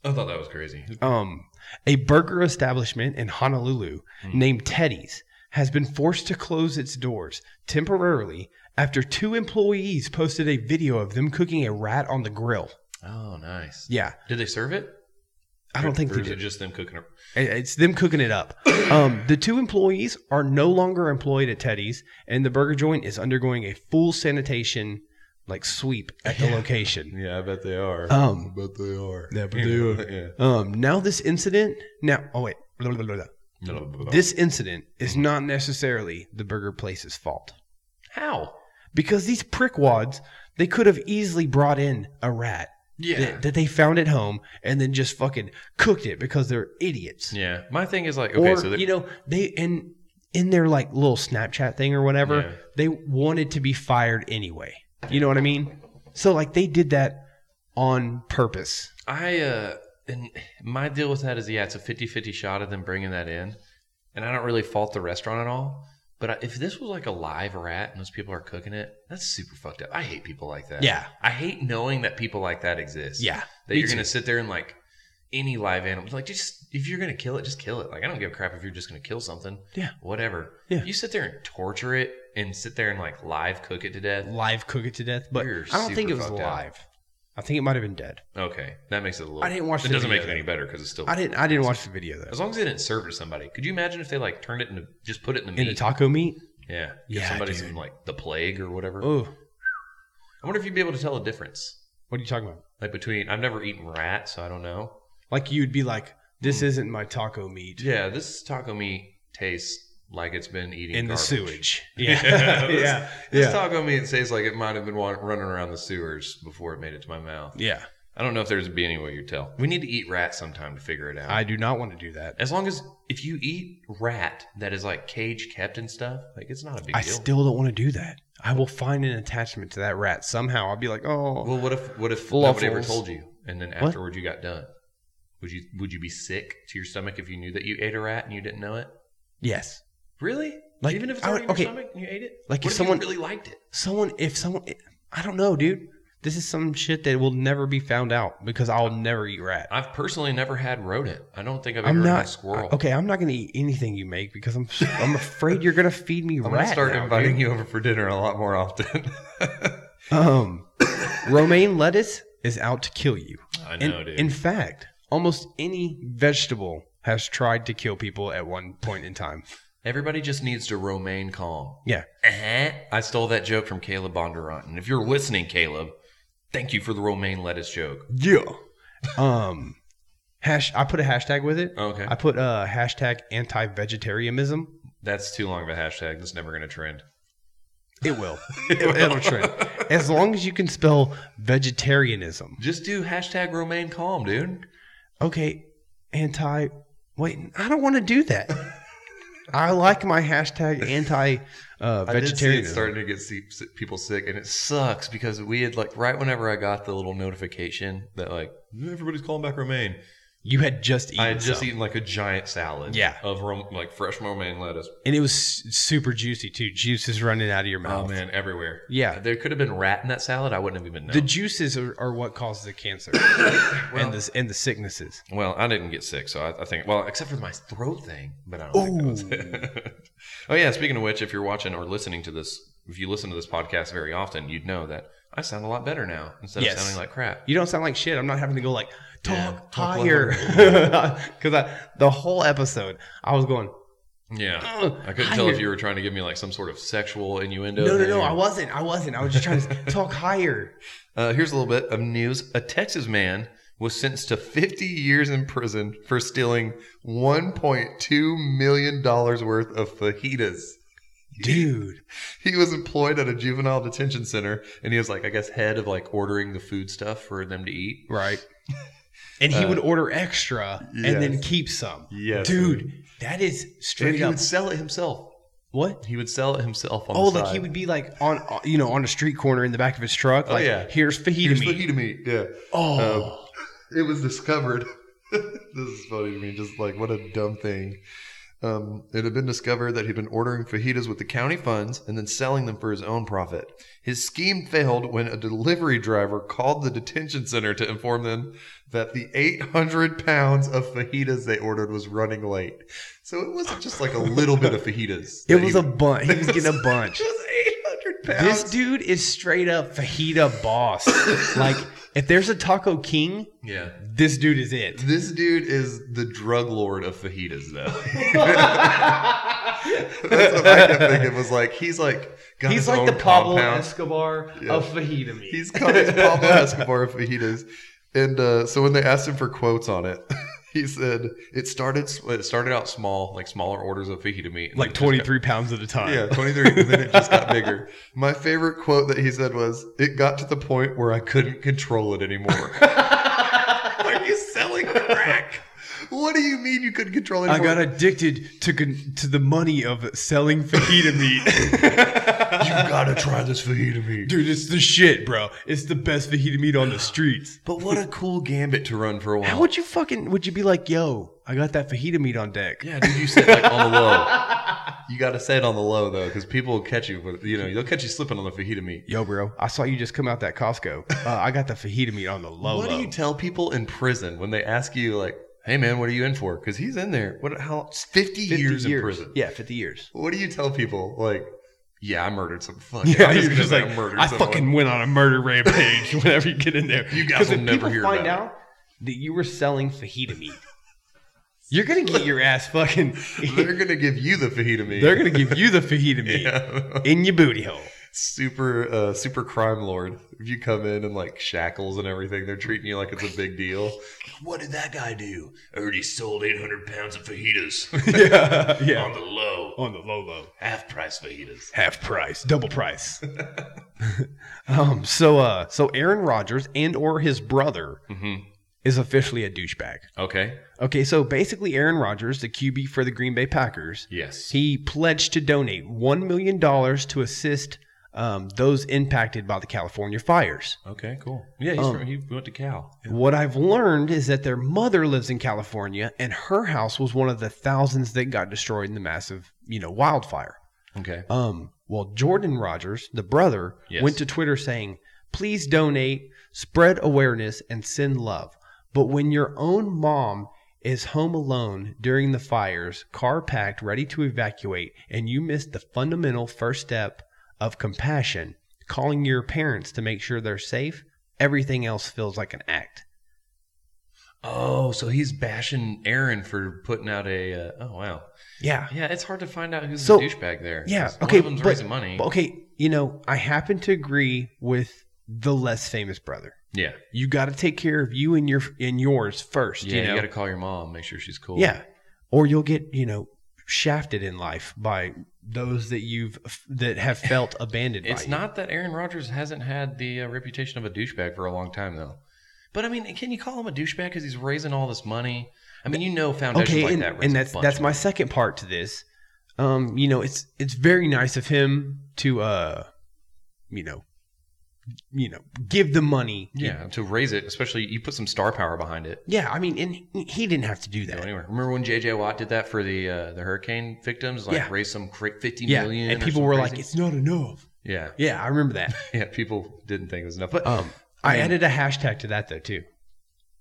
Speaker 3: I thought that was crazy.
Speaker 4: Um, a burger establishment in Honolulu
Speaker 3: Hmm.
Speaker 4: named Teddy's has been forced to close its doors temporarily after two employees posted a video of them cooking a rat on the grill.
Speaker 3: Oh, nice.
Speaker 4: Yeah,
Speaker 3: Did they serve it?
Speaker 4: I don't think
Speaker 3: or
Speaker 4: they
Speaker 3: is it
Speaker 4: did.
Speaker 3: just them cooking it.
Speaker 4: It- It's them cooking it up. Um, the two employees are no longer employed at Teddy's, and the burger joint is undergoing a full sanitation like sweep at the location.
Speaker 3: Yeah, I bet they are.
Speaker 4: Um,
Speaker 3: bet they are.
Speaker 4: Yeah, but they are. Um, now this incident. Now, oh wait, blah, blah, blah, blah.
Speaker 3: yeah.
Speaker 4: this incident is not necessarily the burger place's fault
Speaker 3: how?
Speaker 4: because these prickwads they could have easily brought in a rat
Speaker 3: Yeah.
Speaker 4: that, that they found at home and then just fucking cooked it because they're idiots.
Speaker 3: yeah. My thing is like okay,
Speaker 4: or
Speaker 3: so they,
Speaker 4: you know they and in their like little Snapchat thing or whatever,
Speaker 3: Yeah.
Speaker 4: they wanted to be fired anyway. You know what I mean? So like they did that on purpose.
Speaker 3: I uh and my deal with that is yeah, it's a 50-50 shot of them bringing that in. And I don't really fault the restaurant at all. But I, if this was like a live rat and those people are cooking it, that's super fucked up. I hate people like that.
Speaker 4: Yeah.
Speaker 3: I hate knowing that people like that exist.
Speaker 4: Yeah.
Speaker 3: That
Speaker 4: me
Speaker 3: you're going to
Speaker 4: too.
Speaker 3: sit there and like any live animal, like just if you're going to kill it, just kill it. Like I don't give a crap if you're just going to kill something.
Speaker 4: Yeah.
Speaker 3: Whatever.
Speaker 4: Yeah.
Speaker 3: You sit there and torture it and sit there and like live cook it to death.
Speaker 4: live cook it to death, but
Speaker 3: You're
Speaker 4: I don't think
Speaker 3: super
Speaker 4: it was
Speaker 3: fucked up.
Speaker 4: live. I think it might have been dead.
Speaker 3: Okay. That makes it a little.
Speaker 4: I didn't watch
Speaker 3: It
Speaker 4: the
Speaker 3: doesn't make it
Speaker 4: video,
Speaker 3: any
Speaker 4: though.
Speaker 3: better because it's still.
Speaker 4: I didn't I didn't watch the video though.
Speaker 3: As long as they didn't serve it to somebody, could you imagine if they like turned it into just put it in the meat?
Speaker 4: In a taco meat?
Speaker 3: Yeah, give
Speaker 4: Yeah,
Speaker 3: somebody
Speaker 4: dude.
Speaker 3: some like the plague or whatever.
Speaker 4: Oh,
Speaker 3: I wonder if you'd be able to tell a difference,
Speaker 4: what are you talking about?
Speaker 3: like between I've never eaten rat, so I don't know.
Speaker 4: Like you'd be like, this
Speaker 3: Hmm.
Speaker 4: isn't my taco meat
Speaker 3: Yeah, this taco meat tastes like it's been eating
Speaker 4: in the
Speaker 3: garbage.
Speaker 4: sewage.
Speaker 3: Yeah.
Speaker 4: Yeah. yeah.
Speaker 3: This
Speaker 4: Yeah.
Speaker 3: taco meat tastes like it might have been wa- running around the sewers before it made it to my mouth.
Speaker 4: Yeah.
Speaker 3: I don't know if there's be any way you tell. We need to eat rat sometime to figure it out.
Speaker 4: I do not want to do that.
Speaker 3: as long as if you eat rat that is like cage kept and stuff, like it's not a big
Speaker 4: I
Speaker 3: deal.
Speaker 4: still don't want to do that. I will find an attachment to that rat somehow. I'll be like, oh,
Speaker 3: Well, what if what if nobody ever
Speaker 4: Falafels.
Speaker 3: told you, and then
Speaker 4: What?
Speaker 3: afterward you got done? Would you would you be sick to your stomach if you knew that you ate a rat and you didn't know it?
Speaker 4: yes.
Speaker 3: Really?
Speaker 4: Like,
Speaker 3: even if it's
Speaker 4: I
Speaker 3: already
Speaker 4: would-
Speaker 3: in your
Speaker 4: okay.
Speaker 3: stomach and you ate it?
Speaker 4: Like,
Speaker 3: What
Speaker 4: if someone-
Speaker 3: you really liked it?
Speaker 4: Someone, if someone, I don't know, dude. This is some shit that will never be found out because I'll never eat rat.
Speaker 3: I've personally never had rodent. I don't think I've ever
Speaker 4: I'm
Speaker 3: had
Speaker 4: not
Speaker 3: squirrel.
Speaker 4: Okay, I'm not going to eat anything you make because I'm I'm afraid you're going to feed me
Speaker 3: I'm gonna
Speaker 4: rat.
Speaker 3: start
Speaker 4: now,
Speaker 3: inviting
Speaker 4: dude.
Speaker 3: you over for dinner a lot more often.
Speaker 4: Um, romaine lettuce is out to kill you.
Speaker 3: I
Speaker 4: In,
Speaker 3: know, dude.
Speaker 4: in fact, almost any vegetable has tried to kill people at one point in time.
Speaker 3: Everybody just needs to romaine calm.
Speaker 4: Yeah.
Speaker 3: Uh-huh. I stole that joke from Caleb Bondurant. And if you're listening, Caleb, thank you for the romaine lettuce joke.
Speaker 4: Yeah. Um, hash. I put a hashtag with it.
Speaker 3: Okay.
Speaker 4: I put uh, hashtag anti-vegetarianism.
Speaker 3: That's too long of a hashtag. That's never going to trend.
Speaker 4: It will. it, it'll trend. As long as you can spell vegetarianism.
Speaker 3: Just do hashtag romaine calm, dude.
Speaker 4: Okay. Anti. Wait. I don't want to do that. I like my hashtag anti uh,
Speaker 3: I did see it
Speaker 4: vegetarianism.
Speaker 3: starting to get see- s- people sick, and it sucks because we had like right whenever I got the little notification that like everybody's calling back romaine,
Speaker 4: You had just eaten.
Speaker 3: I had just
Speaker 4: some.
Speaker 3: eaten like a giant salad,
Speaker 4: Yeah.
Speaker 3: of rom- like fresh romaine lettuce.
Speaker 4: and it was su- super juicy too. Juices running out of your
Speaker 3: Oh
Speaker 4: mouth.
Speaker 3: man, everywhere.
Speaker 4: Yeah.
Speaker 3: there could have been rat in that salad. I wouldn't have even known.
Speaker 4: The juices are, are what causes the cancer and the and the sicknesses.
Speaker 3: Well, I didn't get sick, so I, I think. Well, except for my throat thing, but I don't think that was. oh yeah, speaking of which, if you're watching or listening to this, if you listen to this podcast very often, you'd know that I sound a lot better now instead
Speaker 4: Yes.
Speaker 3: of sounding like crap.
Speaker 4: You don't sound like shit. I'm not having to go like talk
Speaker 3: Yeah, talk
Speaker 4: higher because the whole episode I was going.
Speaker 3: Yeah,
Speaker 4: "Ugh,
Speaker 3: I couldn't tell
Speaker 4: higher."
Speaker 3: if you were trying to give me like some sort of sexual innuendo.
Speaker 4: No, no,
Speaker 3: thing
Speaker 4: no.
Speaker 3: or-
Speaker 4: I wasn't. I wasn't. I was just trying to talk higher.
Speaker 3: Uh, here's a little bit of news: a Texas man was sentenced to 50 years in prison for stealing 1.2 million dollars worth of fajitas.
Speaker 4: Dude,
Speaker 3: he was employed at a juvenile detention center and he was like i guess head of like ordering the food stuff for them to eat
Speaker 4: right? And he would order extra and then
Speaker 3: Uh, yes.
Speaker 4: keep some.
Speaker 3: yes
Speaker 4: Dude, that is
Speaker 3: and
Speaker 4: straight
Speaker 3: he
Speaker 4: up.
Speaker 3: would sell it himself
Speaker 4: What?
Speaker 3: He would sell it himself on
Speaker 4: Oh,
Speaker 3: the
Speaker 4: like he
Speaker 3: side.
Speaker 4: would be like on, uh, you know, on a street corner in the back of his truck.
Speaker 3: Oh,
Speaker 4: Like,
Speaker 3: yeah.
Speaker 4: here's fajita
Speaker 3: Here's
Speaker 4: meat.
Speaker 3: fajita Uh, meat. Yeah.
Speaker 5: Um,
Speaker 4: Oh,
Speaker 3: It was discovered.
Speaker 5: this is funny to me. Just like what a dumb thing. Um, it had been discovered that he'd been ordering fajitas with the county funds and then selling them for his own profit. His scheme failed when a delivery driver called the detention center to inform them that the 800 pounds of fajitas they ordered was running late. So it wasn't just like a little bit of fajitas.
Speaker 4: it
Speaker 5: that
Speaker 4: was
Speaker 5: he-
Speaker 4: a bunch. He was getting a bunch.
Speaker 5: It was 800 pounds.
Speaker 4: This dude is straight up fajita boss. like, if there's a Taco King,
Speaker 3: Yeah.
Speaker 4: this dude is it.
Speaker 5: This dude is the drug lord of fajitas, though. That's what I kept thinking. Was like he's like got
Speaker 4: He's
Speaker 5: his
Speaker 4: like
Speaker 5: own
Speaker 4: the Pablo
Speaker 5: compound.
Speaker 2: Escobar
Speaker 5: Yeah.
Speaker 2: of fajita meat.
Speaker 5: He's got his Pablo Escobar of fajitas, and uh, so when they asked him for quotes on it, he said it started s- it started out
Speaker 3: Small, like smaller orders of fajita meat. and
Speaker 4: Like
Speaker 3: it just got-
Speaker 4: 23 pounds at a time.
Speaker 5: yeah twenty three, and then it just got bigger. My favorite quote that he said was, "It got to the point where I couldn't control it anymore." Are you selling crack? What do you mean you couldn't control it?
Speaker 4: I
Speaker 5: Anymore?
Speaker 4: got addicted to con- to the money of selling fajita meat.
Speaker 5: You gotta try this fajita meat.
Speaker 4: Dude, it's the shit, bro. It's the best fajita meat on the streets.
Speaker 5: But what a cool gambit to run for a while.
Speaker 4: How would you fucking would you be like, "Yo, I got that fajita meat on deck."
Speaker 5: yeah, dude, you sit like on the low. You gotta say it on the low though, because people will catch you. With, you know, they'll catch you slipping on the fajita meat.
Speaker 4: Yo, bro, I saw you just come out that Costco. Uh, I got the fajita meat on the low.
Speaker 5: what
Speaker 4: low.
Speaker 5: do you tell people in prison when they ask you like, "Hey, man, what are you in for?" Because he's in there. What? How? it's Fifty,
Speaker 4: 50
Speaker 5: years, in prison.
Speaker 4: Yeah, 50 years.
Speaker 5: What do you tell people? Like, yeah, I murdered some fucking.
Speaker 4: Yeah,
Speaker 5: I'm
Speaker 4: you're
Speaker 5: gonna
Speaker 4: just
Speaker 5: say
Speaker 4: like,
Speaker 5: murdered
Speaker 4: I
Speaker 5: someone."
Speaker 4: fucking went on a murder rampage whenever you get in there.
Speaker 5: You guys
Speaker 4: 'Cause
Speaker 5: will
Speaker 4: if
Speaker 5: never
Speaker 4: people
Speaker 5: hear
Speaker 4: find
Speaker 5: about it.
Speaker 4: out that you were selling fajita meat, you're going to get your ass fucking.
Speaker 5: They're gonna give you the fajita meat.
Speaker 4: They're going to give you the fajita meat
Speaker 5: Yeah.
Speaker 4: in your booty hole.
Speaker 5: super uh, super crime lord. If you come in and like shackles and everything, they're treating you like it's a big deal.
Speaker 1: What did that guy do? Already sold 800 pounds of fajitas
Speaker 4: yeah. Yeah.
Speaker 1: the low,
Speaker 4: On the low, low.
Speaker 1: half price fajitas.
Speaker 4: half price, double price. um, so uh, so Aaron Rodgers and or his brother
Speaker 5: Mm-hmm.
Speaker 3: Mhm.
Speaker 4: is officially a douchebag.
Speaker 3: Okay.
Speaker 4: Okay, so basically Aaron Rodgers, the QB for the Green Bay Packers,
Speaker 3: Yes.
Speaker 4: he pledged to donate one million dollars to assist um, those impacted by the California fires.
Speaker 3: okay. Cool. Yeah. He's
Speaker 4: Um,
Speaker 3: from, he went to Cal.
Speaker 4: What I've learned is that their mother lives in California, and her house was one of the thousands that got destroyed in the massive, you know, wildfire.
Speaker 3: Okay.
Speaker 4: Um, well, Jordan Rogers, the brother,
Speaker 3: Yes.
Speaker 4: went to Twitter saying, "Please donate, spread awareness, and send love." But when your own mom is home alone during the fires, car packed, ready to evacuate, and you miss the fundamental first step of compassion, calling your parents to make sure they're safe, everything else feels like an act.
Speaker 3: Oh, so he's bashing Aaron for putting out a. Uh, oh wow.
Speaker 4: Yeah.
Speaker 3: Yeah, it's hard to find out who's
Speaker 4: So-
Speaker 3: the douchebag there.
Speaker 4: Yeah,
Speaker 3: 'Cause one
Speaker 4: okay,
Speaker 3: of them's
Speaker 4: but-
Speaker 3: raising money.
Speaker 4: But okay, you know, I happen to agree with the less famous brother.
Speaker 3: yeah.
Speaker 4: you got to take care of you and your and yours first.
Speaker 3: Yeah. You,
Speaker 4: you know,
Speaker 3: got to call your mom, make sure she's cool.
Speaker 4: yeah, or you'll get you know shafted in life by those that you've that have felt abandoned. by
Speaker 3: It's
Speaker 4: you.
Speaker 3: not that Aaron Rodgers hasn't had the uh, reputation of a douchebag for a long time, though. But I mean, can you call him a douchebag because he's raising all this money? I mean, you know, foundations
Speaker 4: okay,
Speaker 3: like
Speaker 4: and,
Speaker 3: that. raise
Speaker 4: and
Speaker 3: a
Speaker 4: that's
Speaker 3: bunch
Speaker 4: that's
Speaker 3: of
Speaker 4: my
Speaker 3: money.
Speaker 4: second part to this. Um, you know, it's it's very nice of him to uh, you know, you know, give the money.
Speaker 3: yeah to raise it, especially you put some star power behind it.
Speaker 4: Yeah, I mean, and he didn't have to do
Speaker 3: You know,
Speaker 4: that.
Speaker 3: anyway, remember when J.J. Watt did that for the uh, the hurricane victims? Like
Speaker 4: Yeah.
Speaker 3: raise some cra- fifty
Speaker 4: Yeah,
Speaker 3: million
Speaker 4: and
Speaker 3: or
Speaker 4: people
Speaker 3: some
Speaker 4: were
Speaker 3: crazy-
Speaker 4: like, "It's not enough."
Speaker 3: yeah,
Speaker 4: Yeah, I remember that.
Speaker 3: yeah. People didn't think it was enough, but
Speaker 4: Um, I
Speaker 3: mean-
Speaker 4: added a hashtag to that though too.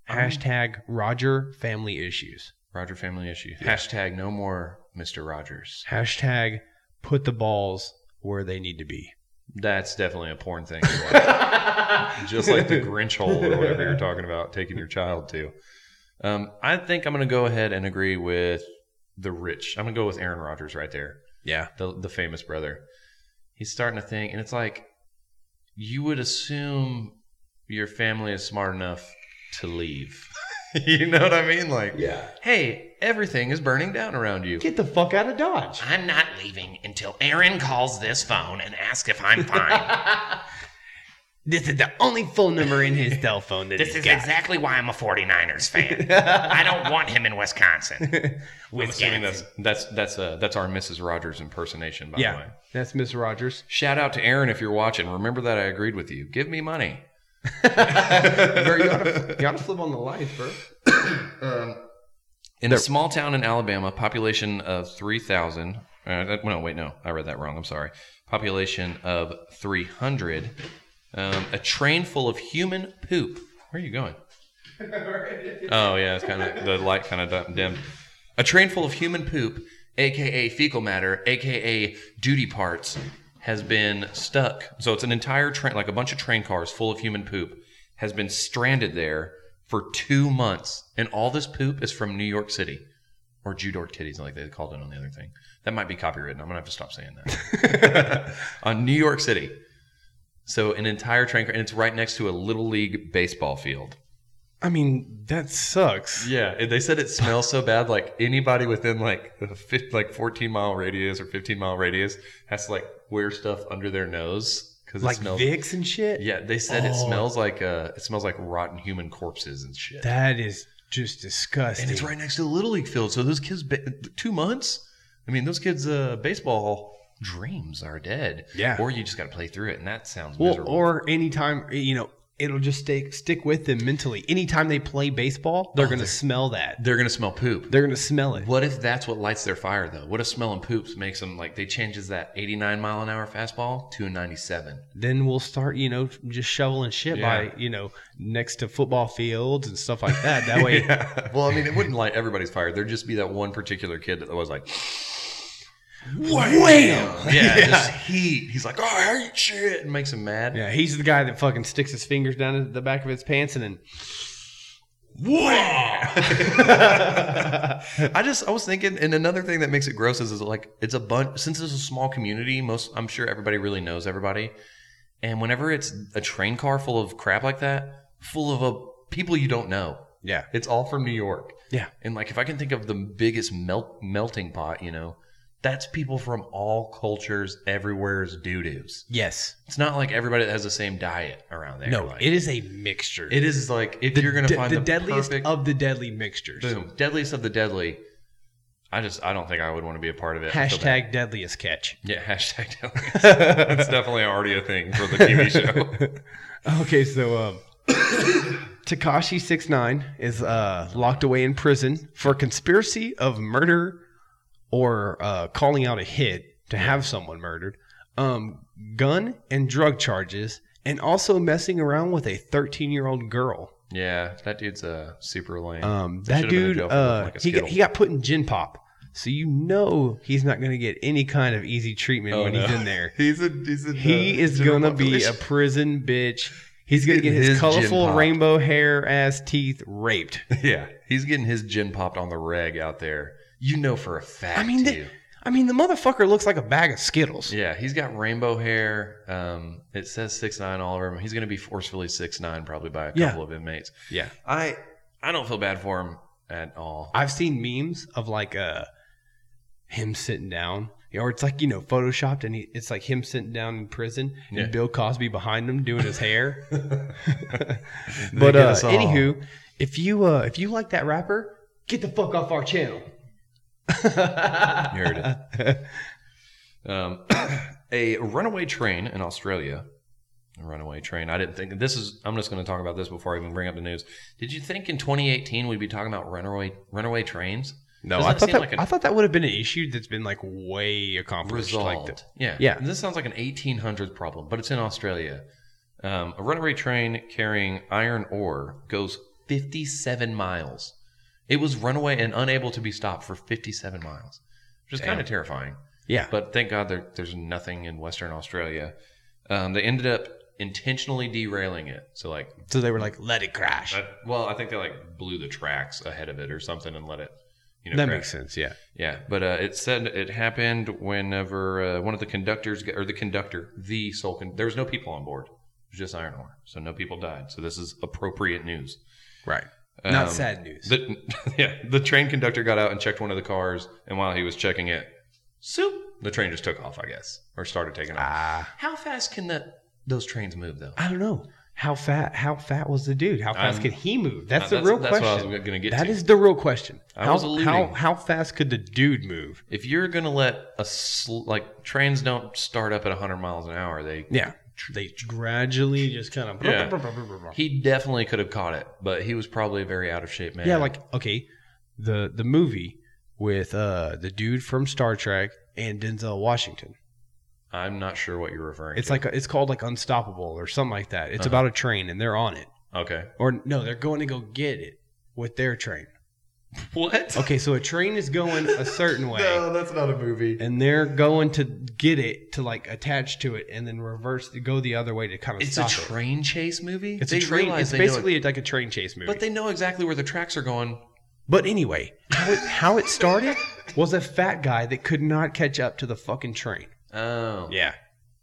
Speaker 4: Hashtag Roger family issues.
Speaker 3: Roger family issue. Hashtag no more Mister Rogers.
Speaker 4: Hashtag put the balls where they need to be.
Speaker 3: That's definitely a porn thing. to watch. Just like the Grinch hole or whatever you're talking about, taking your child to. Um, I think I'm going to go ahead and agree with the rich. I'm going to go with Aaron Rodgers right there,
Speaker 4: Yeah.
Speaker 3: the the famous brother. He's starting to think, and it's like you would assume your family is smart enough to leave. you know what I mean? Like,
Speaker 4: Yeah.
Speaker 3: hey, everything is burning down around you.
Speaker 4: Get the fuck out of Dodge.
Speaker 6: I'm not leaving until Aaron calls this phone and asks if I'm fine.
Speaker 4: This is the only phone number in his cell phone that
Speaker 6: This
Speaker 4: he's
Speaker 6: is
Speaker 4: got.
Speaker 6: exactly why I'm a 49ers fan. I don't want him in Wisconsin.
Speaker 3: Assuming
Speaker 6: Wisconsin.
Speaker 3: that's that's that's uh, that's our Mrs. Rogers impersonation, by the way.
Speaker 4: yeah, that's Miss Rogers.
Speaker 3: Shout out to Aaron if you're watching. Remember that I agreed with you. Give me money.
Speaker 4: Bro, you, gotta, you gotta flip on the lights, bro.
Speaker 5: Um,
Speaker 3: In a small town in Alabama, population of 3,000. Uh, that- no, wait, no. I read that wrong. I'm sorry. Population of 300. Um, a train full of human poop. Where are you going? oh, yeah. It's kind of, the light kind of dimmed. A train full of human poop, aka fecal matter, aka duty parts, has been stuck. So it's an entire train, like a bunch of train cars full of human poop, has been stranded there for two months, and all this poop is from New York City. Or Judor titties, like they called it on the other thing. That might be copywritten. I'm gonna have to stop saying that. on New York City, so an entire train car, and it's right next to a little league baseball field.
Speaker 4: I mean, that sucks.
Speaker 3: Yeah, and they said it smells so bad. Like anybody within like a fif- like 14 mile radius or 15 mile radius has to like wear stuff under their nose because
Speaker 4: Like
Speaker 3: it smells.
Speaker 4: Vicks and shit.
Speaker 3: Yeah, they said it
Speaker 4: Oh.
Speaker 3: smells like uh, it smells like rotten human corpses and shit.
Speaker 4: That is just disgusting.
Speaker 3: and it's right next to the little league field, so those kids, ba- two months. I mean, those kids' uh, baseball dreams are dead.
Speaker 4: Yeah.
Speaker 3: or you just got to play through it, and that sounds
Speaker 4: Well,
Speaker 3: miserable.
Speaker 4: or anytime you know, it'll just stick stick with them mentally. Anytime they play baseball, they're
Speaker 3: Oh,
Speaker 4: gonna
Speaker 3: they're-
Speaker 4: smell that.
Speaker 3: they're gonna smell poop.
Speaker 4: They're gonna smell it.
Speaker 3: What if that's what lights their fire though? What if smelling poops makes them like they changes that 89 mile an hour fastball to a 97?
Speaker 4: Then we'll start, you know, just shoveling shit
Speaker 3: Yeah.
Speaker 4: by you know next to football fields and stuff like that. That way,
Speaker 3: Well, I mean, it wouldn't light everybody's fire. There'd just be that one particular kid that was like,
Speaker 4: wham!
Speaker 3: yeah, just heat. He's like, oh, I hate shit, and makes him mad.
Speaker 4: Yeah, he's the guy that fucking sticks his fingers down into the back of his pants and then
Speaker 3: I just I was thinking, and another thing that makes it gross is, is like it's a bunch. Since it's a small community, most I'm sure everybody really knows everybody. And whenever it's a train car full of crap like that, full of uh people you don't know,
Speaker 4: yeah,
Speaker 3: it's all from New York.
Speaker 4: Yeah.
Speaker 3: and like if I can think of the biggest melt melting pot, you know, that's people from all cultures, everywhere's doo doos.
Speaker 4: yes,
Speaker 3: It's not like everybody that has the same diet around there.
Speaker 4: no,
Speaker 3: like,
Speaker 4: it is a mixture.
Speaker 3: it is like if you're gonna
Speaker 4: De-
Speaker 3: find
Speaker 4: the,
Speaker 3: the,
Speaker 4: deadliest
Speaker 3: perfect,
Speaker 4: of the deadly mixtures.
Speaker 3: Boom. Deadliest of the deadly. I just I don't think I would want to be a part of it. I feel bad.
Speaker 4: Hashtag deadliest catch.
Speaker 3: Yeah, hashtag deadliest. That's definitely already a thing for the TV show.
Speaker 4: Okay, so um, Takashi six nine is uh, locked away in prison for conspiracy of murder or uh, calling out a hit to have someone murdered, um, gun and drug charges, and also messing around with a thirteen year old girl.
Speaker 3: yeah, that dude's uh super lame.
Speaker 4: Um,
Speaker 3: They
Speaker 4: that
Speaker 3: should have been in
Speaker 4: dude,
Speaker 3: jail for
Speaker 4: uh,
Speaker 3: like a
Speaker 4: he got,
Speaker 3: Skittle.
Speaker 4: he got put in gin pop, so you know he's not going to get any kind of easy treatment
Speaker 3: Oh,
Speaker 4: when
Speaker 3: no.
Speaker 4: he's in there.
Speaker 5: he's a he's a uh,
Speaker 4: He is gonna be a prison bitch. He's gonna get
Speaker 3: getting
Speaker 4: his,
Speaker 3: his gin
Speaker 4: colorful
Speaker 3: popped.
Speaker 4: rainbow hair ass teeth raped.
Speaker 3: yeah, he's getting his gin popped on the reg out there. You know for a fact.
Speaker 4: I mean, the,
Speaker 3: too.
Speaker 4: I mean, the motherfucker looks like a bag of Skittles.
Speaker 3: yeah, he's got rainbow hair. Um, it says six nine all over him. He's gonna be forcefully six nine probably by a
Speaker 4: Yeah.
Speaker 3: couple of inmates.
Speaker 4: Yeah.
Speaker 3: I I don't feel bad for him at all.
Speaker 4: I've seen memes of like uh him sitting down, or it's like you know photoshopped, and he, it's like him sitting down in prison,
Speaker 3: Yeah.
Speaker 4: and Bill Cosby behind him doing his hair.
Speaker 3: They
Speaker 4: but
Speaker 3: get
Speaker 4: uh,
Speaker 3: us all.
Speaker 4: anywho, if you uh if you like that rapper, get the fuck off our channel.
Speaker 3: You heard it. Um, a runaway train in Australia. A runaway train. I didn't think this is. I'm just going to talk about this before I even bring up the news. Did you think in 2018 we'd be talking about runaway runaway trains?
Speaker 4: No,
Speaker 3: Doesn't
Speaker 4: I
Speaker 3: it
Speaker 4: thought
Speaker 3: seem
Speaker 4: that,
Speaker 3: like a-
Speaker 4: I thought that would have been an issue that's been like way accomplished.
Speaker 3: Resolved.
Speaker 4: Like the,
Speaker 3: yeah,
Speaker 4: Yeah.
Speaker 3: This sounds like an 1800s problem, but it's in Australia. Um, a runaway train carrying iron ore goes 57 miles. It was runaway and unable to be stopped for 57 miles, which is
Speaker 4: Damn.
Speaker 3: kind of terrifying.
Speaker 4: yeah,
Speaker 3: But thank God there, there's nothing in Western Australia. Um, they ended up intentionally derailing it. So like,
Speaker 4: so they were like, "Let it crash."
Speaker 3: I- well, I think they like blew the tracks ahead of it or something and let it. You know,
Speaker 4: that
Speaker 3: crash.
Speaker 4: makes sense. Yeah,
Speaker 3: Yeah, but uh, it said it happened whenever uh, one of the conductors or the conductor, the sole con- there was no people on board. It was just iron ore, so no people died. So this is appropriate news.
Speaker 4: right. Not
Speaker 3: Um,
Speaker 4: sad news.
Speaker 3: The, yeah, the train conductor got out and checked one of the cars, and while he was checking it, soup, the train just took off, I guess, or started taking off.
Speaker 4: ah,
Speaker 3: How fast can that those trains move though?
Speaker 4: I don't know how fat. How fat was the dude? How fast
Speaker 3: I'm-
Speaker 4: could he move? That's
Speaker 3: Uh,
Speaker 4: the real
Speaker 3: that's What I
Speaker 4: question.
Speaker 3: was going to get
Speaker 4: That
Speaker 3: to.
Speaker 4: is the real question.
Speaker 3: I
Speaker 4: how,
Speaker 3: was alluding.
Speaker 4: how how fast could the dude move?
Speaker 3: if you're going to let a sl- like trains don't start up at 100 miles an hour, they
Speaker 4: Yeah, they gradually just kind of
Speaker 3: Yeah. he definitely could have caught it, but he was probably a very out of shape man.
Speaker 4: Yeah, like okay, the the movie with uh the dude from Star Trek and Denzel Washington.
Speaker 3: I'm not sure what you're referring
Speaker 4: It's
Speaker 3: to.
Speaker 4: like a, it's called like Unstoppable or something like that. It's
Speaker 3: Uh-huh.
Speaker 4: about a train and they're on it,
Speaker 3: okay,
Speaker 4: or no, they're going to go get it with their train.
Speaker 3: what?
Speaker 4: Okay, so a train is going a certain way.
Speaker 5: No, that's not a movie.
Speaker 4: And they're going to get it to like attach to it and then reverse go the other way to kind of
Speaker 3: It's a
Speaker 4: stop it.
Speaker 3: train chase movie.
Speaker 4: It's
Speaker 3: They
Speaker 4: a train.
Speaker 3: realize
Speaker 4: It's
Speaker 3: they know it-
Speaker 4: basically like a train chase movie.
Speaker 3: but they know exactly where the tracks are going.
Speaker 4: But anyway, how it, how it started was a fat guy that could not catch up to the fucking train.
Speaker 3: Oh,
Speaker 4: Yeah.